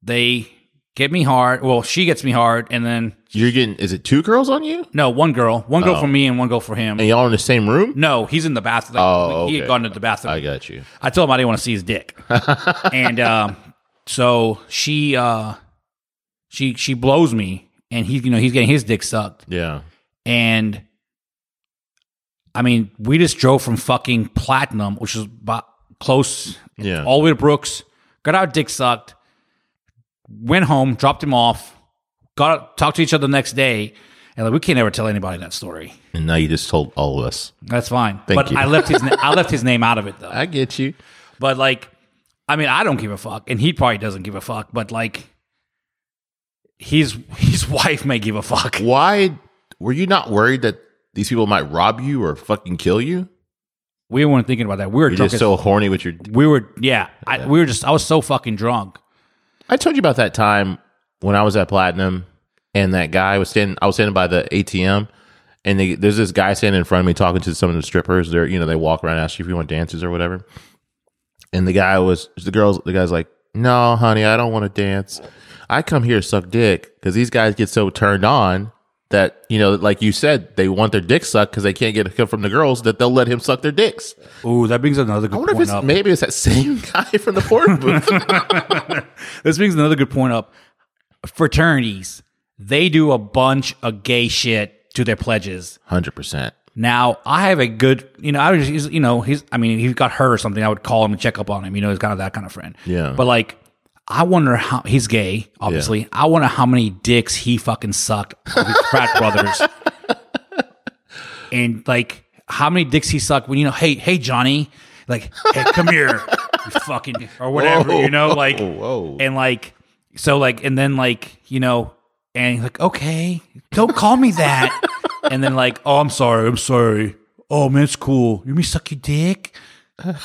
B: They get me hard. Well, she gets me hard, and then
A: You're getting. Is it two girls on you?
B: no, one girl, one girl for me, and one girl for him.
A: Oh. And y'all in the same room?
B: No, he's in the bathroom.
A: Oh,
B: he
A: okay.
B: had gone to the bathroom.
A: I got you.
B: I told him I didn't want to see his dick, and um, so she uh, she she blows me, and he's you know he's getting his dick sucked,
A: Yeah.
B: and I mean we just drove from fucking Platinum, which is about close,
A: Yeah.
B: all the way to Brooks, got our dick sucked, went home, dropped him off, got talked to each other the next day, and like we can't ever tell anybody that story.
A: and now you just told all of us.
B: That's fine,
A: Thank
B: but
A: you.
B: I left his na- I left his name out of it though.
A: I get you.
B: But like, I mean, I don't give a fuck, and he probably doesn't give a fuck. But like, his his wife may give a fuck.
A: Why were you not worried that these people might rob you or fucking kill you?
B: We weren't thinking about that. We were
A: You're
B: drunk.
A: just
B: As,
A: so horny with your
B: we were, yeah, I, we were just. I was so fucking drunk.
A: I told you about that time when I was at Platinum and that guy was standing I was standing by the ATM and they, there's this guy standing in front of me talking to some of the strippers. They're you know, they walk around and ask you if you want dances or whatever. And the guy was the girls the guy's like, No, honey, I don't want to dance. I come here to suck dick because these guys get so turned on that, you know, like you said, they want their dick sucked because they can't get a hookup from the girls that they'll let him suck their dicks.
B: Ooh, that brings another good
A: I wonder if
B: point
A: it's
B: up.
A: maybe it's that same guy from the porn booth.
B: this brings another good point up. Fraternities, they do a bunch of gay shit to their pledges.
A: hundred percent.
B: Now I have a good, you know, I was, he's, you know, he's, I mean, he got hurt or something. I would call him and check up on him. You know, he's kind of that kind of friend.
A: Yeah.
B: But like, I wonder how he's gay, obviously. I wonder how many dicks he fucking sucked with his frat brothers, and like how many dicks he sucked when you know, hey, hey, Johnny, like, hey, come here, you fucking or whatever,
A: Whoa,
B: you know, like,
A: whoa, whoa.
B: and like, so like, and then like, you know, and he's like, okay, don't call me that. and then like, oh, I'm sorry, I'm sorry. Oh man, it's cool. You mean suck your dick?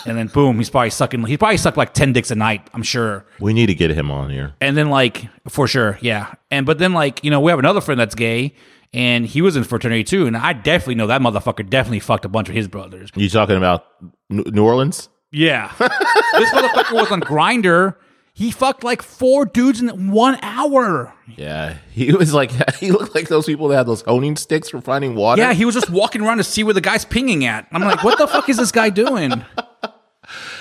B: And then boom, he's probably sucking. He probably sucked like ten dicks a night. I'm sure.
A: We need to get him on here.
B: And then like for sure, yeah. And but then like you know we have another friend that's gay, and he was in fraternity too. And I definitely know that motherfucker definitely fucked a bunch of his brothers.
A: You talking about N- New Orleans?
B: Yeah, this motherfucker was on Grinder. He fucked like four dudes in one hour.
A: Yeah, he was like he looked like those people that had those honing sticks for finding water.
B: Yeah, he was just walking around to see where the guy's pinging at. I'm like, what the fuck is this guy doing?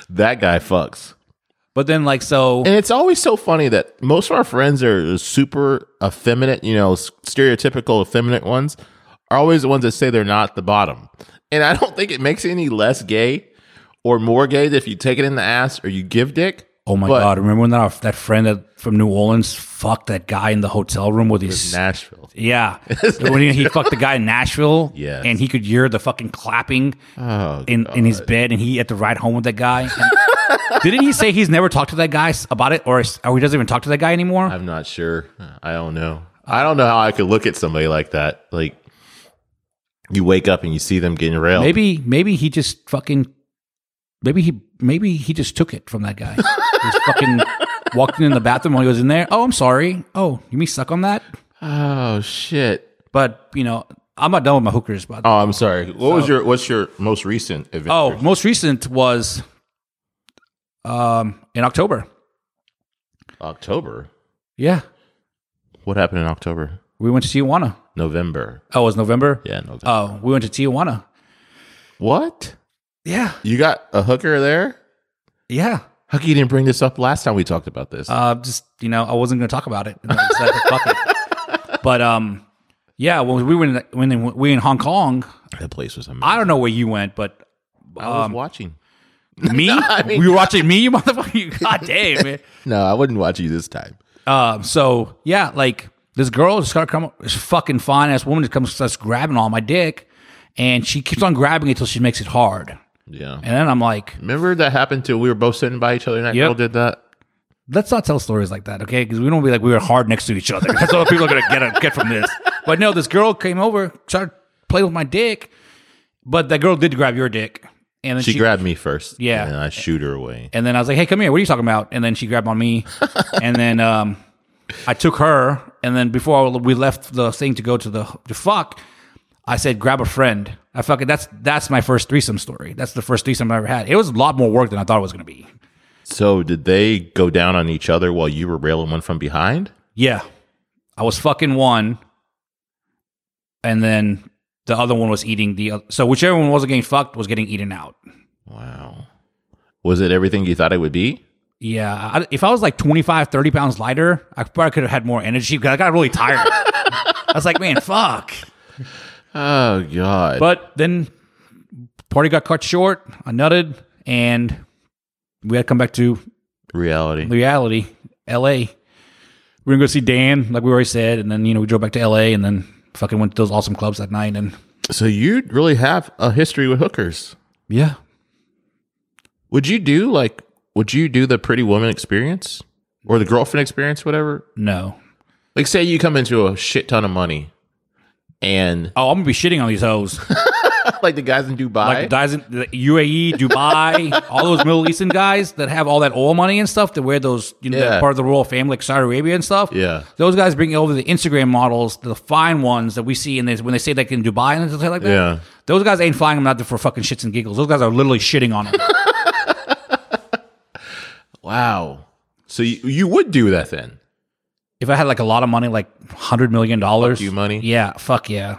A: that guy fucks.
B: But then like so
A: And it's always so funny that most of our friends are super effeminate, you know, s- stereotypical effeminate ones are always the ones that say they're not the bottom. And I don't think it makes it any less gay or more gay if you take it in the ass or you give dick.
B: Oh my
A: But-
B: god! Remember when that that friend that from New Orleans fucked that guy in the hotel room with his
A: Nashville.
B: yeah when he, he fucked the guy in Nashville
A: Yes. Oh,
B: and he could hear the fucking clapping in in his bed and he had to ride home with that guy. And- didn't he say he's never talked to that guy s- about it or s- or he doesn't even talk to that guy anymore?
A: I'm not sure. I don't know. I don't know how I could look at somebody like that. Like you wake up and you see them getting railed.
B: Maybe maybe he just fucking maybe he maybe he just took it from that guy. he was fucking walked in the bathroom while he was in there. Oh, I'm sorry. Oh, you mean suck on that?
A: Oh shit.
B: But you know, I'm not done with my hookers. By the
A: Oh, I'm sorry. What was your what's your most recent event?
B: oh, most recent was um in October.
A: October.
B: Yeah,
A: What happened in October?
B: we went to Tijuana.
A: November. Uh,
B: Oh, it was November.
A: Yeah, November.
B: Oh, we went to Tijuana.
A: what?
B: Yeah,
A: You got a hooker there?
B: yeah.
A: How come you didn't bring this up last time we talked about this?
B: Uh, just you know, I wasn't going to talk about it. And I decided to fuck it. But um, yeah. When we were in, when we were in Hong Kong,
A: that place was amazing. Um,
B: I don't know where you went, but
A: I was watching.
B: me, you were watching me, you motherfucker. God damn man.
A: No, I wouldn't watch you this time.
B: Um, so yeah, like this girl just got to come, this fucking fine ass woman just comes starts grabbing all my dick, and she keeps on grabbing it till she makes it hard,
A: Yeah.
B: and then I'm like,
A: Remember that happened to we were both sitting by each other and that
B: Yep.
A: girl did that?
B: let's not tell stories like that, okay? Because we don't be like we were hard next to each other. That's all people are gonna get get from this. But no, this girl came over, started playing with my dick, but that girl did grab your dick, and then
A: She,
B: she,
A: grabbed me first.
B: Yeah.
A: And I shoot her away.
B: and then I was like, hey, come here, what are you talking about? And then she grabbed on me, and then um, I took her, and then before we left the thing to go to the to fuck, I said, grab a friend. I fucking that's that's my first threesome story. That's the first threesome I ever had. It was a lot more work than I thought it was gonna be.
A: So did they go down on each other while you were railing one from behind?
B: Yeah. I was fucking one, and then the other one was eating the other. So whichever one wasn't getting fucked was getting eaten out.
A: Wow. Was it everything you thought it would be?
B: Yeah. I, if I was like 25, 30 pounds lighter, I probably could have had more energy because I got really tired. I was like, man, fuck.
A: Oh God.
B: But then party got cut short. I nutted, and we had to come back to
A: Reality.
B: reality, L.A. We were going to go see Dan, like we already said, and then, you know, we drove back to L.A. and then fucking went to those awesome clubs that night. And
A: So you really have a history with hookers.
B: yeah,
A: Would you do like would you do the pretty woman experience or the girlfriend experience whatever?
B: no.
A: Like say you come into a shit ton of money and
B: Oh, I'm gonna be shitting on these hoes.
A: like the guys in Dubai
B: Like the guys in the UAE, Dubai, all those Middle Eastern guys that have all that oil money and stuff that wear those, you know, that
A: Yeah.
B: part of the royal family, like Saudi Arabia and stuff.
A: Yeah.
B: Those guys bring over the Instagram models, the fine ones that we see in this when they say like in Dubai and stuff like that.
A: Yeah.
B: Those guys ain't flying them out there for fucking shits and giggles. Those guys are literally shitting on them.
A: Wow. So you, you would do that then.
B: if I had like a lot of money, like $100 million.
A: you money?
B: Yeah. Fuck yeah.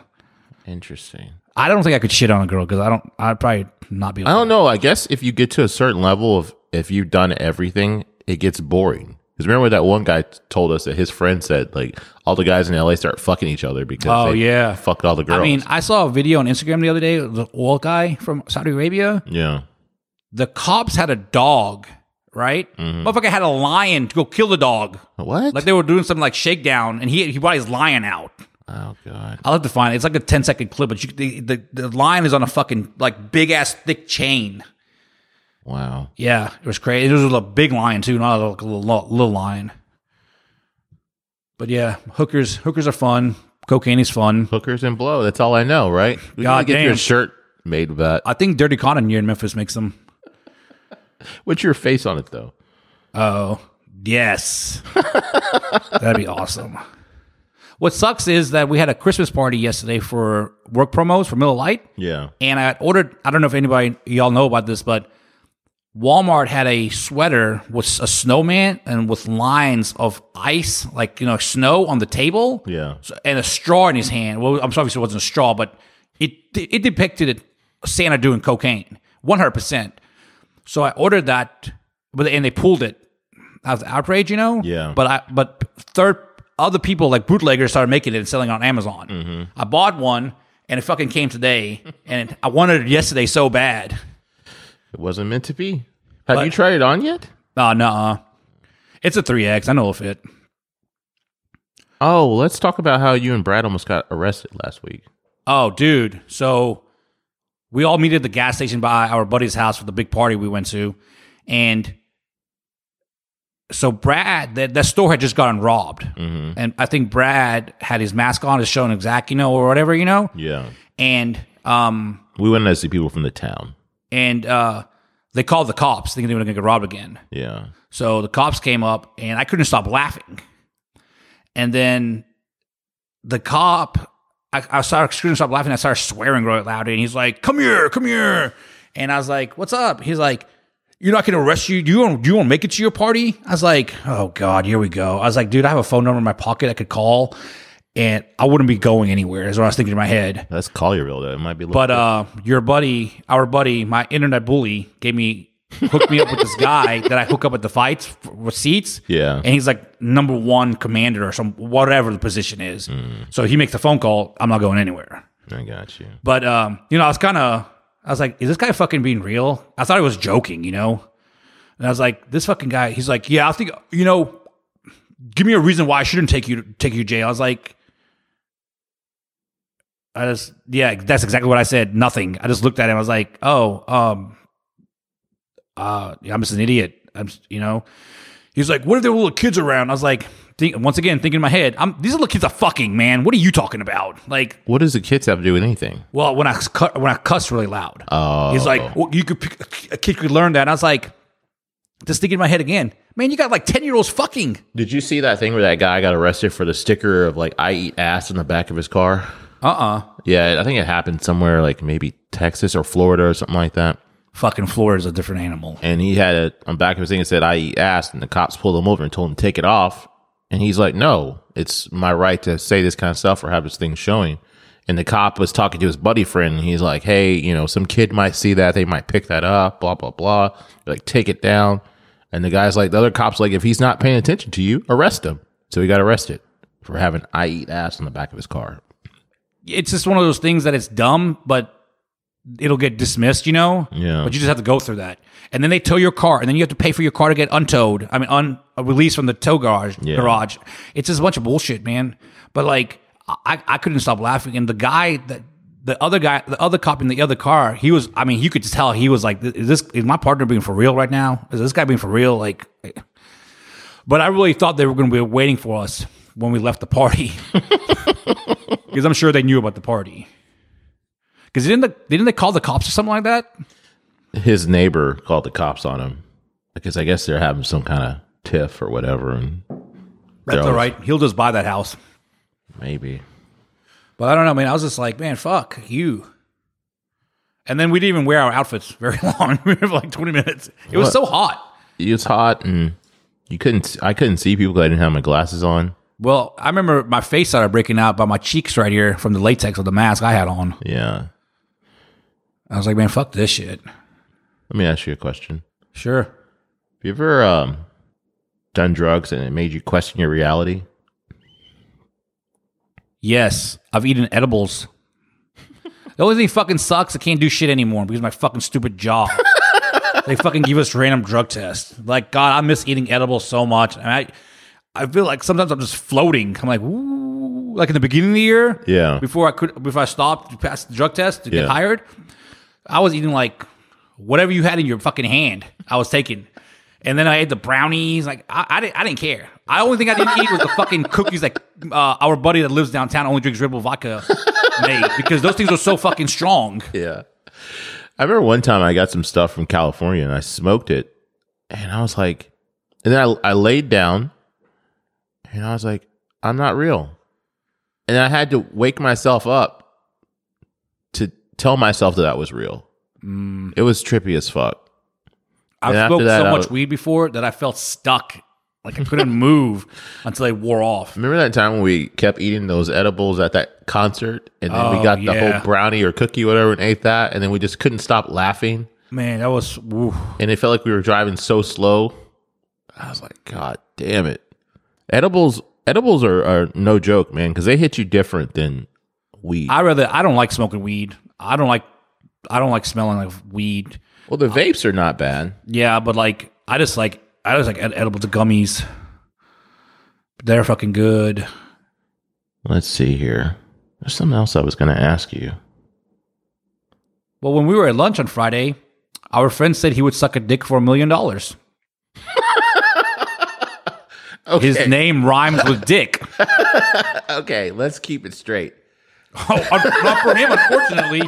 A: Interesting.
B: I don't think I could shit on a girl because I don't, I'd probably not be able
A: I don't know. I guess if you get to a certain level of if you've done everything, it gets boring. Because remember that one guy t- told us that his friend said like all the guys in LA start fucking each other because
B: Oh,
A: they
B: yeah.
A: fucked all the girls.
B: I mean, I saw a video on Instagram the other day. of The oil guy from Saudi Arabia.
A: yeah,
B: The cops had a dog, right? Motherfucker had a lion to go kill the dog.
A: what?
B: Like they were doing some like shakedown, and he he brought his lion out.
A: oh god,
B: I'll have to find it. It's like a 10 second clip, but you, the, the the lion is on a fucking like big ass thick chain.
A: wow.
B: Yeah, it was crazy. It was a big lion too, not a little, little, little lion. But yeah, hookers hookers are fun. Cocaine is fun.
A: Hookers and blow. That's all I know, right? We gotta
B: God
A: get
B: damn.
A: your shirt made with that.
B: I think Dirty Cotton here in Memphis makes them.
A: What's your face on it though?
B: Oh yes, that'd be awesome. What sucks is that we had a Christmas party yesterday for work promos for Miller Lite.
A: Yeah.
B: and I had ordered. I don't know if anybody y'all know about this, but Walmart had a sweater with a snowman and with lines of ice, like you know, snow on the table.
A: Yeah.
B: So- and a straw in his hand. Well, I'm sorry, if it wasn't a straw, but it it depicted Santa doing cocaine, 100. percent So I ordered that, but and they pulled it. I was outraged, you know.
A: Yeah.
B: But I but third other people like bootleggers started making it and selling it on Amazon. I bought one and it fucking came today, and I wanted it yesterday so bad.
A: It wasn't meant to be. Have
B: But-
A: you tried it on yet?
B: Oh, no. It's a 3X. I know it'll fit.
A: Oh, let's talk about how you and Brad almost got arrested last week.
B: Oh, dude. So we all meet at the gas station by our buddy's house for the big party we went to. And so Brad, that, that store had just gotten robbed. And I think Brad had his mask on, his showing exact, you know, or whatever, you know?
A: Yeah.
B: And, um,
A: We went to see people from the town.
B: and, uh, they called the cops thinking they were going to get robbed again.
A: Yeah.
B: So the cops came up and I couldn't stop laughing. And then the cop, I, I started, couldn't stop laughing. I started swearing really loud. And he's like, come here, come here. And I was like, what's up? He's like, you're not going to arrest you. Do you, want, do you want to make it to your party? I was like, oh God, here we go. I was like, dude, I have a phone number in my pocket I could call and I wouldn't be going anywhere is what I was thinking in my head.
A: That's Collierville though. It might be a little
B: But uh, your buddy, our buddy, my internet bully, gave me hooked me up with this guy that I hook up at the fights for, with seats.
A: Yeah.
B: and he's like number one commander or some whatever the position is. So he makes the phone call. I'm not going anywhere.
A: I got you.
B: But um, you know, I was kind of, I was like, is this guy fucking being real? I thought he was joking, you know. And I was like, this fucking guy. He's like, yeah, I think you know, give me a reason why I shouldn't take you take you to jail. I was like, I just yeah, that's exactly what I said. Nothing. I just looked at him. I was like, oh, um, uh, yeah, I'm just an idiot. I'm just- you know. He's like, what if there were little kids around? I was like, think, once again, thinking in my head, I'm, these little kids are fucking, man. What are you talking about? Like,
A: What does the kids have to do with anything?
B: well, when I cu- when I cuss really loud,
A: Oh,
B: he's like, well, "You could pick, a kid could learn that." And I was like, just thinking in my head again, man, you got like ten year olds fucking.
A: Did you see that thing where that guy got arrested for the sticker of like "I eat ass" in the back of his car?
B: Uh uh
A: Yeah, I think it happened somewhere like maybe Texas or Florida or something like that.
B: fucking Florida's a different animal.
A: And he had it on the back of his thing and said "I eat ass," and the cops pulled him over and told him to take it off. And he's like, "No, it's my right to say this kind of stuff or have this thing showing." And the cop was talking to his buddy friend, and he's like, "Hey, you know, some kid might see that, they might pick that up, blah blah blah." They're like, take it down. And the guy's like, the other cop's like, if he's not paying attention to you, arrest him. So he got arrested for having "I eat ass" on the back of his car.
B: It's just one of those things that it's dumb, but it'll get dismissed, you know.
A: Yeah.
B: But you just have to go through that, and then they tow your car, and then you have to pay for your car to get untowed. I mean, un uh, released from the tow garage. Garage. It's just a bunch of bullshit, man. But like, I I couldn't stop laughing, and the guy that. The other guy, the other cop in the other car, he was. I mean, you could just tell he was like, "Is this is my partner being for real right now? Is this guy being for real?" Like, eh. but I really thought they were going to be waiting for us when we left the party, because I'm sure they knew about the party. Because didn't the, didn't they call the cops or something like that?
A: his neighbor called the cops on him because I guess they're having some kind of tiff or whatever, and
B: That's all right. He'll just buy that house.
A: maybe.
B: But I don't know, man. I was just like, man, fuck you. And then we didn't even wear our outfits very long. we were like 20 minutes. It was
A: What?
B: so hot.
A: It was hot, and you couldn't. I couldn't see people. 'cause I didn't have my glasses on.
B: Well, I remember my face started breaking out by my cheeks right here from the latex of the mask I had on.
A: Yeah.
B: I was like, man, fuck this shit.
A: Let me ask you a question.
B: Sure.
A: Have you ever um, done drugs and it made you question your reality?
B: Yes, I've eaten edibles. the only thing fucking sucks, I can't do shit anymore because of my fucking stupid jaw. they fucking give us random drug tests. Like, God, I miss eating edibles so much. And I, I feel like sometimes I'm just floating. I'm like, ooh, like in the beginning of the year,
A: Yeah.
B: before I could, before I stopped to pass the drug test to
A: Yeah.
B: get hired, I was eating like whatever you had in your fucking hand. I was taking. And then I ate the brownies. Like I, I didn't, I didn't care. I only thing I didn't eat was the fucking cookies. Like uh, our buddy that lives downtown only drinks Red Bull vodka made because those things are so fucking strong.
A: Yeah. I remember one time I got some stuff from California and I smoked it and I was like, and then I, I laid down and I was like, I'm not real. And I had to wake myself up to tell myself that I was real. It was trippy as fuck.
B: I've
A: And after
B: smoked
A: that,
B: so
A: I
B: much
A: was-
B: weed before that I felt stuck. Like I couldn't move until they wore off.
A: Remember that time when we kept eating those edibles at that concert and then we
B: Oh,
A: got the
B: yeah.
A: whole brownie or cookie, whatever, and ate that and then we just couldn't stop laughing
B: Man, that was woo.
A: and it felt like we were driving so slow. I was like, God damn it! Edibles, edibles are, are no joke, man, because they hit you different than weed.
B: I rather I don't like smoking weed. I don't like I don't like smelling like weed.
A: well, the vapes are not bad.
B: Yeah, but like I just like I just like ed- edible to gummies. They're fucking good.
A: Let's see here. There's something else I was going to ask you.
B: Well, when we were at lunch on Friday, our friend said he would suck a dick for a million dollars.
A: Okay,
B: His name rhymes with dick.
A: okay, let's keep it straight.
B: Oh, un- not for him, unfortunately.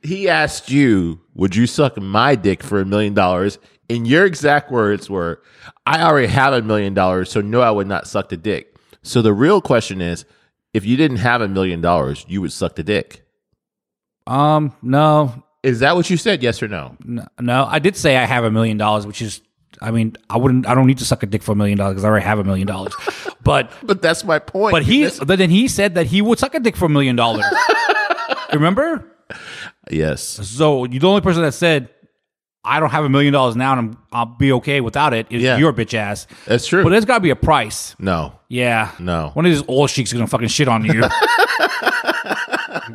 A: He asked you, "Would you suck my dick for a million dollars?" And your exact words were, "I already have a million dollars, so no, I would not suck the dick." So the real question is, if you didn't have a million dollars, you would suck the dick.
B: Um, no,
A: Is that what you said? Yes or no?
B: no, no. I did say I have a million dollars, which is, I mean, I wouldn't, I don't need to suck a dick for a million dollars because I already have a million dollars. But
A: But that's my point.
B: But he,
A: This-
B: but then he said that he would suck a dick for a million dollars. Remember?
A: yes,
B: So you the only person that said, "I don't have a million dollars now, and I'm, I'll be okay without it," is
A: Yeah.
B: your bitch ass.
A: that's true.
B: But there's got to be a price.
A: no,
B: Yeah.
A: No.
B: One of these oil sheiks is gonna fucking shit on you.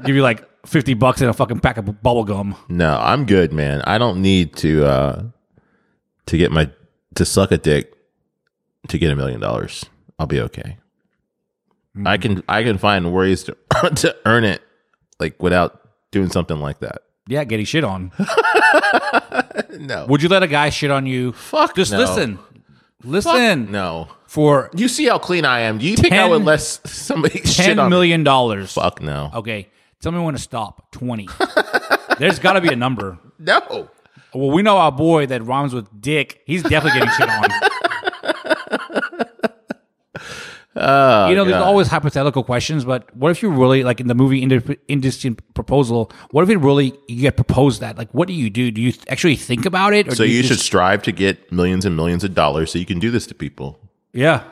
B: Give you like fifty bucks and a fucking pack of bubble gum.
A: no, I'm good, man. I don't need to uh to get my to suck a dick to get a million dollars. I'll be okay.
B: Mm-hmm.
A: I can I can find ways to to earn it like without doing something like that.
B: Yeah, getting shit on.
A: No,
B: Would you let a guy shit on you?
A: Fuck
B: Just
A: no.
B: listen. Listen
A: no.
B: for
A: You see how clean I am. Do you think I
B: 10
A: would let s- somebody shit
B: ten
A: on me?
B: million Oh. dollars.
A: Fuck no.
B: Okay, tell me when to stop. Twenty. There's got to be a number.
A: No.
B: Well, we know our boy that rhymes with dick. He's definitely getting shit on.
A: Oh,
B: you know, there's always hypothetical questions, but what if you really like in the movie Indi- indecent proposal? What if it really you get proposed that? Like, what do you do? Do you th- actually think about it? Or
A: So
B: do
A: you should
B: just-
A: strive to get millions and millions of dollars so you can do this to people.
B: yeah,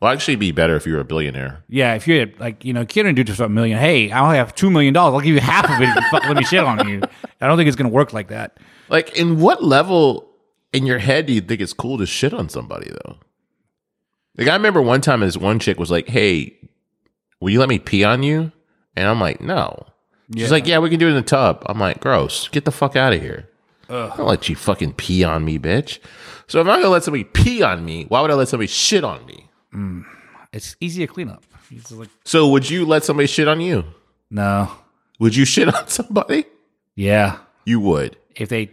A: Well, actually, it'd be better if you were a billionaire.
B: yeah. If you're like, you know, kid and do just a million. Hey, I only have two million dollars. I'll give you half of it if you fuck, let me shit on you. I don't think it's gonna work like that.
A: Like, in what level in your head do you think it's cool to shit on somebody, though? Like, I remember one time this one chick was like, Hey, will you let me pee on you? And I'm like, No. She's like, Yeah, we can do it in the tub. I'm like, Gross. Get the fuck out of here. I don't let you fucking pee on me, bitch. So if I'm gonna let somebody pee on me, why would I let somebody shit on me?
B: It's easy to clean up. It's just like,
A: So would you let somebody shit on you?
B: no,
A: Would you shit on somebody?
B: yeah.
A: You would.
B: If they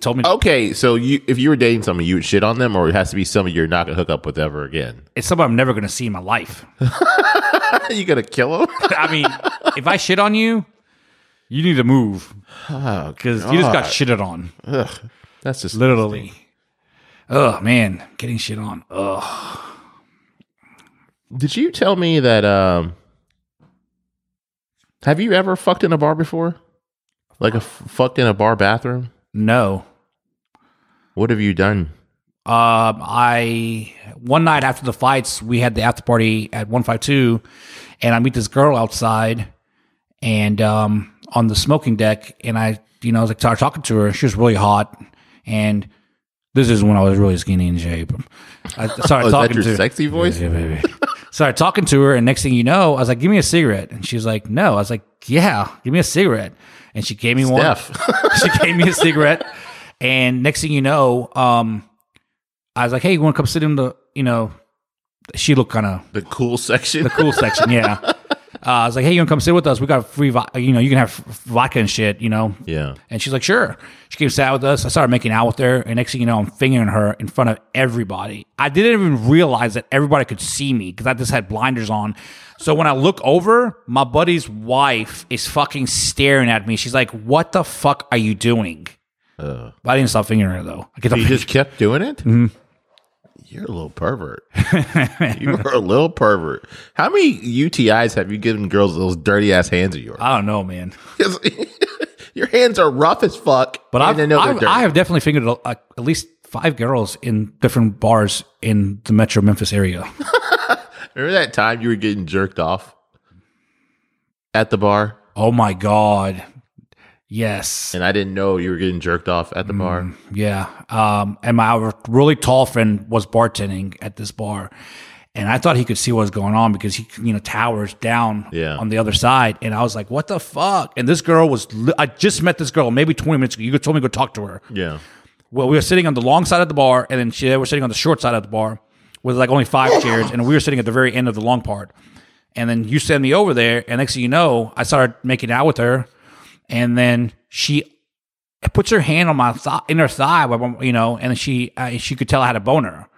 B: told
A: Oh,
B: me
A: Okay, so you if you were dating someone, you would shit on them, or it has to be someone you're not gonna hook up with ever again.
B: it's someone I'm never going to see in my life.
A: you gonna kill them?
B: I mean, if I shit on you, you need to move
A: Oh,
B: because you just got shitted on,
A: That's just
B: literally. Oh man, getting shit on. Ugh.
A: Did you tell me that? um Have you ever fucked in a bar before? Like a f- fucked in a bar bathroom?
B: No.
A: What have you done?
B: Um, I one night after the fights, we had the after party at one five two, and I meet this girl outside, and um, on the smoking deck, and I, you know, I was like started talking to her. She was really hot, and This is when I was really skinny in shape. I started
A: Oh, is that
B: talking
A: your
B: to her.
A: sexy voice?
B: Yeah, baby. started talking to her, and next thing you know, I was like, "Give me a cigarette," and she was like, "No." I was like, "Yeah, give me a cigarette," and she gave me one
A: Steph.
B: she gave me a cigarette, and next thing you know, um, I was like, "Hey, you want to come sit in the?" You know, she looked kind of
A: the cool section.
B: cool section, yeah. Uh, I was like, "Hey, you want to come sit with us? We got a free, vo- you know, you can have vodka and shit, you know."
A: yeah.
B: And she's like, "Sure." She came sat with us. I started making out with her, and next thing you know, I'm fingering her in front of everybody. I didn't even realize that everybody could see me because I just had blinders on. So when I look over, my buddy's wife is fucking staring at me. She's like, "What the fuck are you doing?" But I didn't stop fingering her though. I get the
A: You just kept doing it?
B: Mm-hmm.
A: You're a little pervert. you are a little pervert. How many UTIs have you given girls those dirty ass hands of yours?
B: I don't know, man.
A: 'Cause your hands are rough as fuck.
B: But
A: and
B: I've,
A: they know they're
B: I've,
A: dirty.
B: I have definitely fingered uh, at least five girls in different bars in the Metro Memphis area.
A: Remember that time you were getting jerked off at the bar,
B: oh my god, yes.
A: and I didn't know you were getting jerked off at the
B: Mm.
A: bar.
B: Yeah. Um, and my really tall friend was bartending at this bar. And I thought he could see what was going on because he, you know, towers down
A: Yeah.
B: on the other side. And I was like, what the fuck? And this girl was, li- I just met this girl maybe 20 minutes ago. You told me to go talk to her.
A: Yeah,
B: Well, we were sitting on the long side of the bar, and then she they were sitting on the short side of the bar with like only five chairs, and we were sitting at the very end of the long part. And then you send me over there, and next thing you know, I started making out with her, and then she puts her hand on my thigh, inner thigh, where I'm- you know, and she uh, she could tell I had a boner,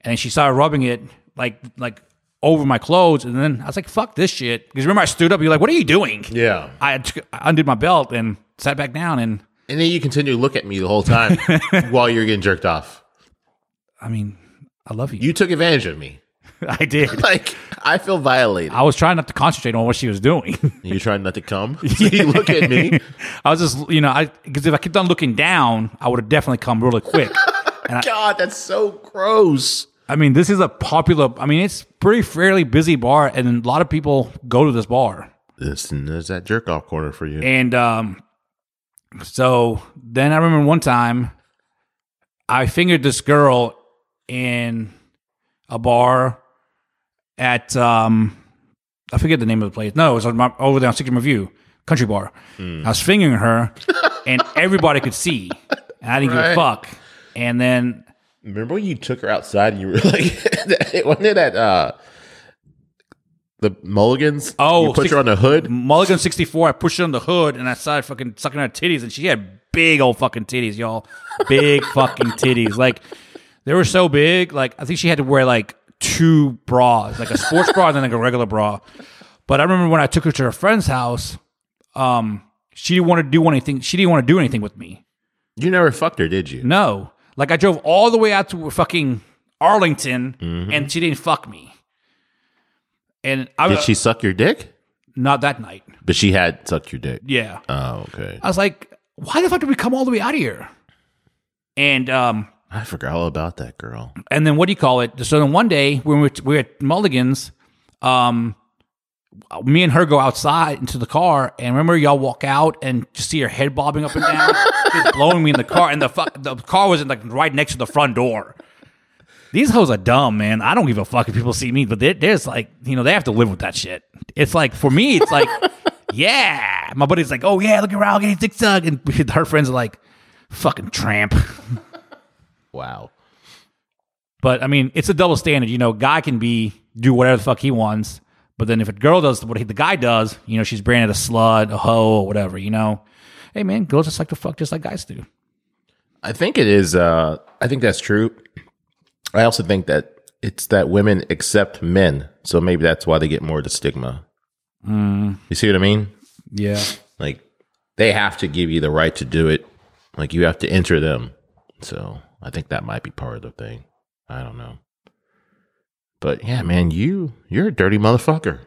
B: and she started rubbing it like like over my clothes, and then I was like, "Fuck this shit," because remember I stood up, you're like, "What are you doing?"
A: yeah.
B: I, took, I undid my belt and sat back down, and
A: And then you continue to look at me the whole time while you're getting jerked off.
B: I mean, I love you.
A: You took advantage of me.
B: I did.
A: Like I feel violated.
B: I was trying not to concentrate on what she was doing.
A: You trying not to come? So you look at me.
B: I was just, you know, I because if I kept on looking down, I would have definitely come really quick. and I,
A: God, that's so gross.
B: I mean, this is a popular. I mean, it's pretty fairly busy bar, and a lot of people go to this bar.
A: Listen, there's that jerk off corner for you.
B: And um, so then I remember one time I fingered this girl in a bar at um, I forget the name of the place. No, it was on my, over there on Second Review Country Bar. I was fingering her, and everybody could see. And I didn't give a
A: Right.
B: fuck. And then
A: Remember when you took her outside and you were like, wasn't it at uh, the Mulligans?
B: Oh,
A: you put
B: six-
A: her on the hood.
B: Mulligan sixty four, I pushed her on the hood, and I started fucking sucking her titties, and she had big old fucking titties, y'all, big fucking titties. Like they were so big, like I think she had to wear like two bras, like a sports bra and then like a regular bra. But I remember when I took her to her friend's house, um, she didn't want to do anything. She didn't want to do anything with me.
A: You never fucked her, did you?
B: No, like I drove all the way out to fucking Arlington,
A: Mm-hmm.
B: and she didn't fuck me. And I
A: Did she suck your dick?
B: not that night.
A: But she had sucked your dick.
B: Yeah.
A: Oh, okay.
B: I was like, why the fuck did we come all the way out of here? And um,
A: I forgot all about that girl.
B: and then what do you call it? So then one day when we were, we were at Mulligan's, um, me and her go outside into the car, and remember y'all walk out and just see her head bobbing up and down, just blowing me in the car, and the fu- the car was in like right next to the front door. These hoes are dumb, man. I don't give a fuck if people see me, but there- there's like, you know, they have to live with that shit. It's like for me, it's like, yeah. My buddy's like, oh yeah, look around, getting dick sucked, and her friends are like, fucking tramp.
A: Wow.
B: But I mean, it's a double standard. You know, guy can be do whatever the fuck he wants, but then if a girl does what he, the guy does, you know, she's branded a slut, a hoe, or whatever. You know, hey man, girls just like to fuck just like guys do.
A: I think it is. Uh, I think that's true. I also think that it's that women accept men, so maybe that's why they get more of the stigma.
B: Hmm.
A: You see what I mean?
B: Yeah,
A: Like they have to give you the right to do it. Like you have to enter them. So I think that might be part of the thing. I don't know. But yeah, man, you you're a dirty motherfucker.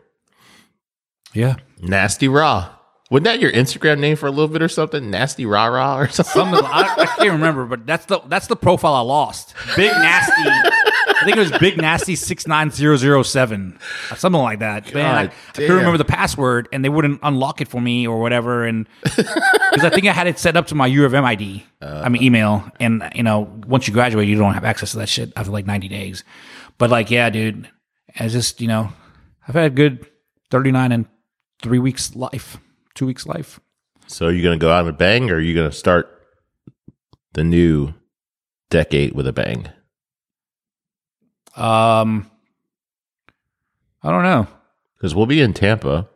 B: yeah.
A: Nasty raw. Wasn't that your Instagram name for a little bit or something? Nasty rah rah or something.
B: Something I, I can't remember, but that's the that's the profile I lost. Big nasty I think it was Big Nasty six nine zero zero seven, Uh, something like that. Man, I, I
A: God
B: couldn't remember
A: damn.
B: the password, and they wouldn't unlock it for me or whatever. And because I think I had it set up to my U of M ID, I mean email, and you know once you graduate, you don't have access to that shit after like ninety days. But like, yeah, dude, I just you know, I've had a good thirty nine and three weeks life, two weeks life.
A: So are you gonna go out with a bang, or are you gonna start the new decade with a bang?
B: Um, I don't know.
A: Because we'll be in Tampa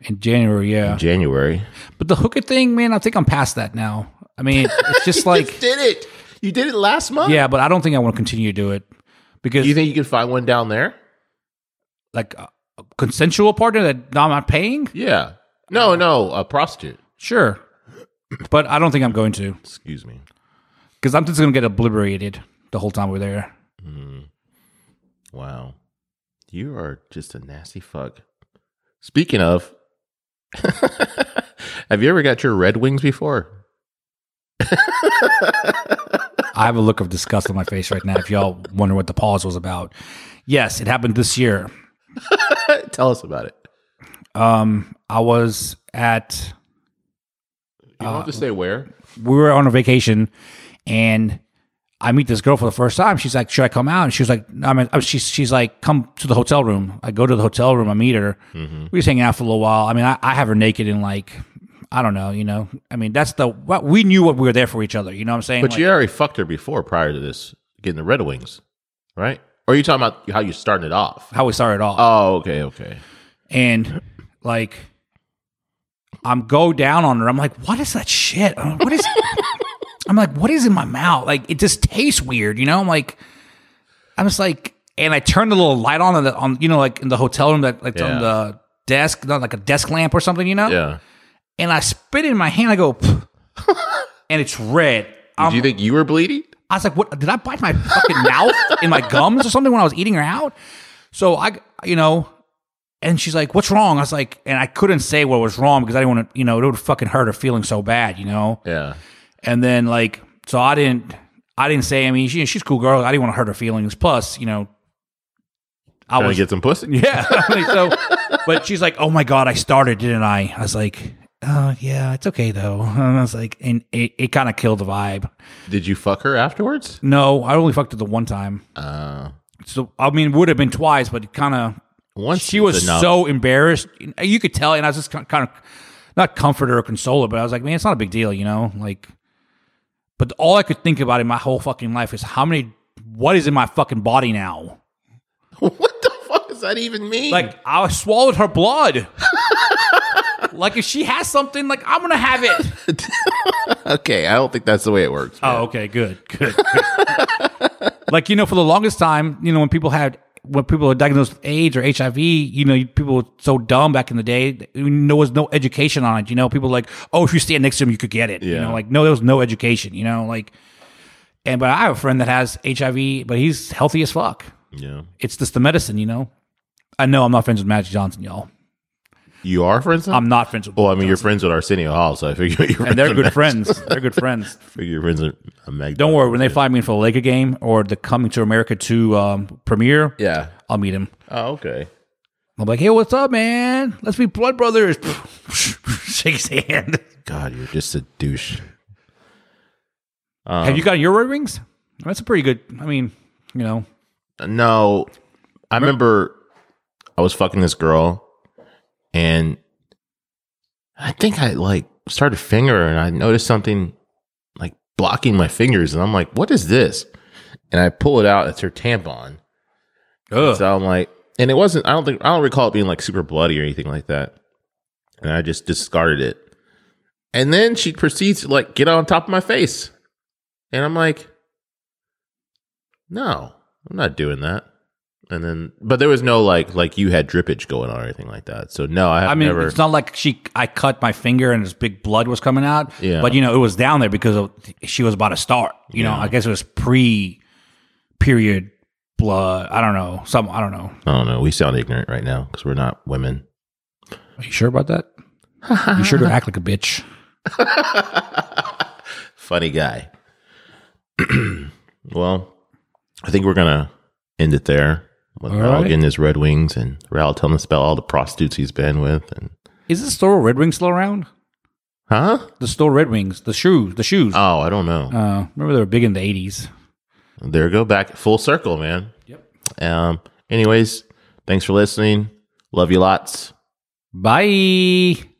B: In January, yeah.
A: in January.
B: But the hooker thing, man, I think I'm past that now. I mean, it's just like,
A: did it? You did it last month.
B: yeah, but I don't think I want to continue to do it because,
A: Do you think you can find one down there?
B: like, a a consensual partner that I'm not paying,
A: Yeah. No, no, a prostitute.
B: sure, but I don't think I'm going to
A: Excuse me.
B: because I'm just going to get obliterated the whole time we're there.
A: Wow. You are just a nasty fuck. Speaking of, have you ever got your Red Wings before?
B: I have a look of disgust on my face right now. If y'all wonder what the pause was about, yes, it happened this year.
A: Tell us about it.
B: Um, I was at
A: You don't
B: Uh,
A: have to say where.
B: we were on a vacation and I meet this girl for the first time. She's like, "Should I come out?" And she was like, "I mean, oh, she's she's like, come to the hotel room." I go to the hotel room. I meet her. We just hang out for a little while. I mean, I, I have her naked in like, I don't know, you know. I mean, that's the what we knew what we were there for each other. You know what I'm saying?
A: But
B: Like,
A: you already fucked her before prior to this getting the Red Wings, right? Or are you talking about how you started it off?
B: how we started off.
A: Oh, okay, okay.
B: and like I'm go down on her. I'm like, what is that shit? I'm like, what is? I'm like, what is in my mouth? Like it just tastes weird, you know. I'm like, I'm just like, and I turned the little light on on, the, on you know like in the hotel room that like
A: Yeah.
B: on the desk, not like a desk lamp or something, you know.
A: Yeah.
B: And I spit it in my hand. I go, "Pff," and it's red.
A: Do you think you were bleeding?
B: I was like, "What? Did I bite my fucking mouth in my gums or something when I was eating her out?" So I, you know, and she's like, "What's wrong?" I was like, and I couldn't say what was wrong because I didn't want to, you know, it would fucking hurt her feeling so bad, you know.
A: Yeah.
B: And then like, so I didn't, I didn't say. I mean, she, she's a cool girl. I didn't want to hurt her feelings. Plus, you know, I
A: Trying
B: was
A: to get some pussy?
B: yeah. Like, so, but she's like, "Oh my god, I started, didn't I?" I was like, "Uh, yeah, it's okay though." And I was like, and it, it kind of killed the vibe.
A: Did you fuck her afterwards?
B: No, I only fucked it the one time.
A: Uh,
B: So I mean, would have been twice, but kind of.
A: once
B: She
A: is
B: was
A: enough.
B: so embarrassed. You could tell, and I was just kind of not comfort her or console her, but I was like, man, it's not a big deal, you know. Like, but all I could think about in my whole fucking life is how many, what is in my fucking body now?
A: What the fuck does that even mean?
B: Like I swallowed her blood. like if she has something, like I'm gonna have it.
A: okay, I don't think that's the way it works. man.
B: Oh, okay, good, good. good. like you know, for the longest time, you know, when people had when people were diagnosed with AIDS or HIV, you know, people were so dumb back in the day. There was no education on it. You know, people were like, oh, if you stand next to him, you could get it. You
A: Yeah.
B: know, like no, there was no education. You know, like, and but I have a friend that has HIV, but he's healthy as fuck.
A: Yeah.
B: It's just the medicine, you know. I know I'm not friends with Magic Johnson, y'all.
A: You are friends? Now?
B: I'm not friends with.
A: well, I mean, you're friends with Arsenio Hall, so I figure you're friends
B: and they're
A: with
B: good
A: Mag-
B: friends. They're good friends.
A: Figure you're friends with a Meg.
B: Don't worry, when they find me for the Laker game or the Coming to America 2 um, premiere,
A: Yeah.
B: I'll meet him.
A: Oh, okay.
B: I'm like, hey, what's up, man? Let's be blood brothers. Shake his hand.
A: God, you're just a douche.
B: Have you
A: Um,
B: gotten your red rings? That's a pretty good, I mean, you know.
A: No, I remember I was fucking this girl, and I think I like started finger, and I noticed something like blocking my fingers, and I'm like, "What is this?" And I pull it out. It's her tampon.
B: Ugh.
A: So I'm like, and it wasn't. I don't think I don't recall it being like super bloody or anything like that. And I just discarded it. And then she proceeds to like get on top of my face, and I'm like, no, I'm not doing that. And then, but there was no like like you had drippage going on or anything like that. So no, I have
B: I mean,
A: never.
B: it's not like she. I cut my finger and this big blood was coming out.
A: Yeah.
B: But you know, it was down there because of, she was about to start. You know,
A: Yeah.
B: I guess it was pre period blood. I don't know. Some. I don't know.
A: I don't know. We sound ignorant right now because we're not women.
B: Are you sure about that? you sure to act like a bitch.
A: Funny guy. well, I think we're gonna end it there with
B: All
A: Raul
B: right.
A: getting his Red Wings and Raul telling us about all the prostitutes he's been with and
B: Is the store Red Wings still around?
A: huh?
B: The store Red Wings, the shoes, the shoes.
A: Oh, I don't know.
B: Uh, remember they were big in the eighties.
A: There go back full circle, man.
B: Uh. Yep.
A: Um. Anyways, thanks for listening. Love you lots.
B: Bye.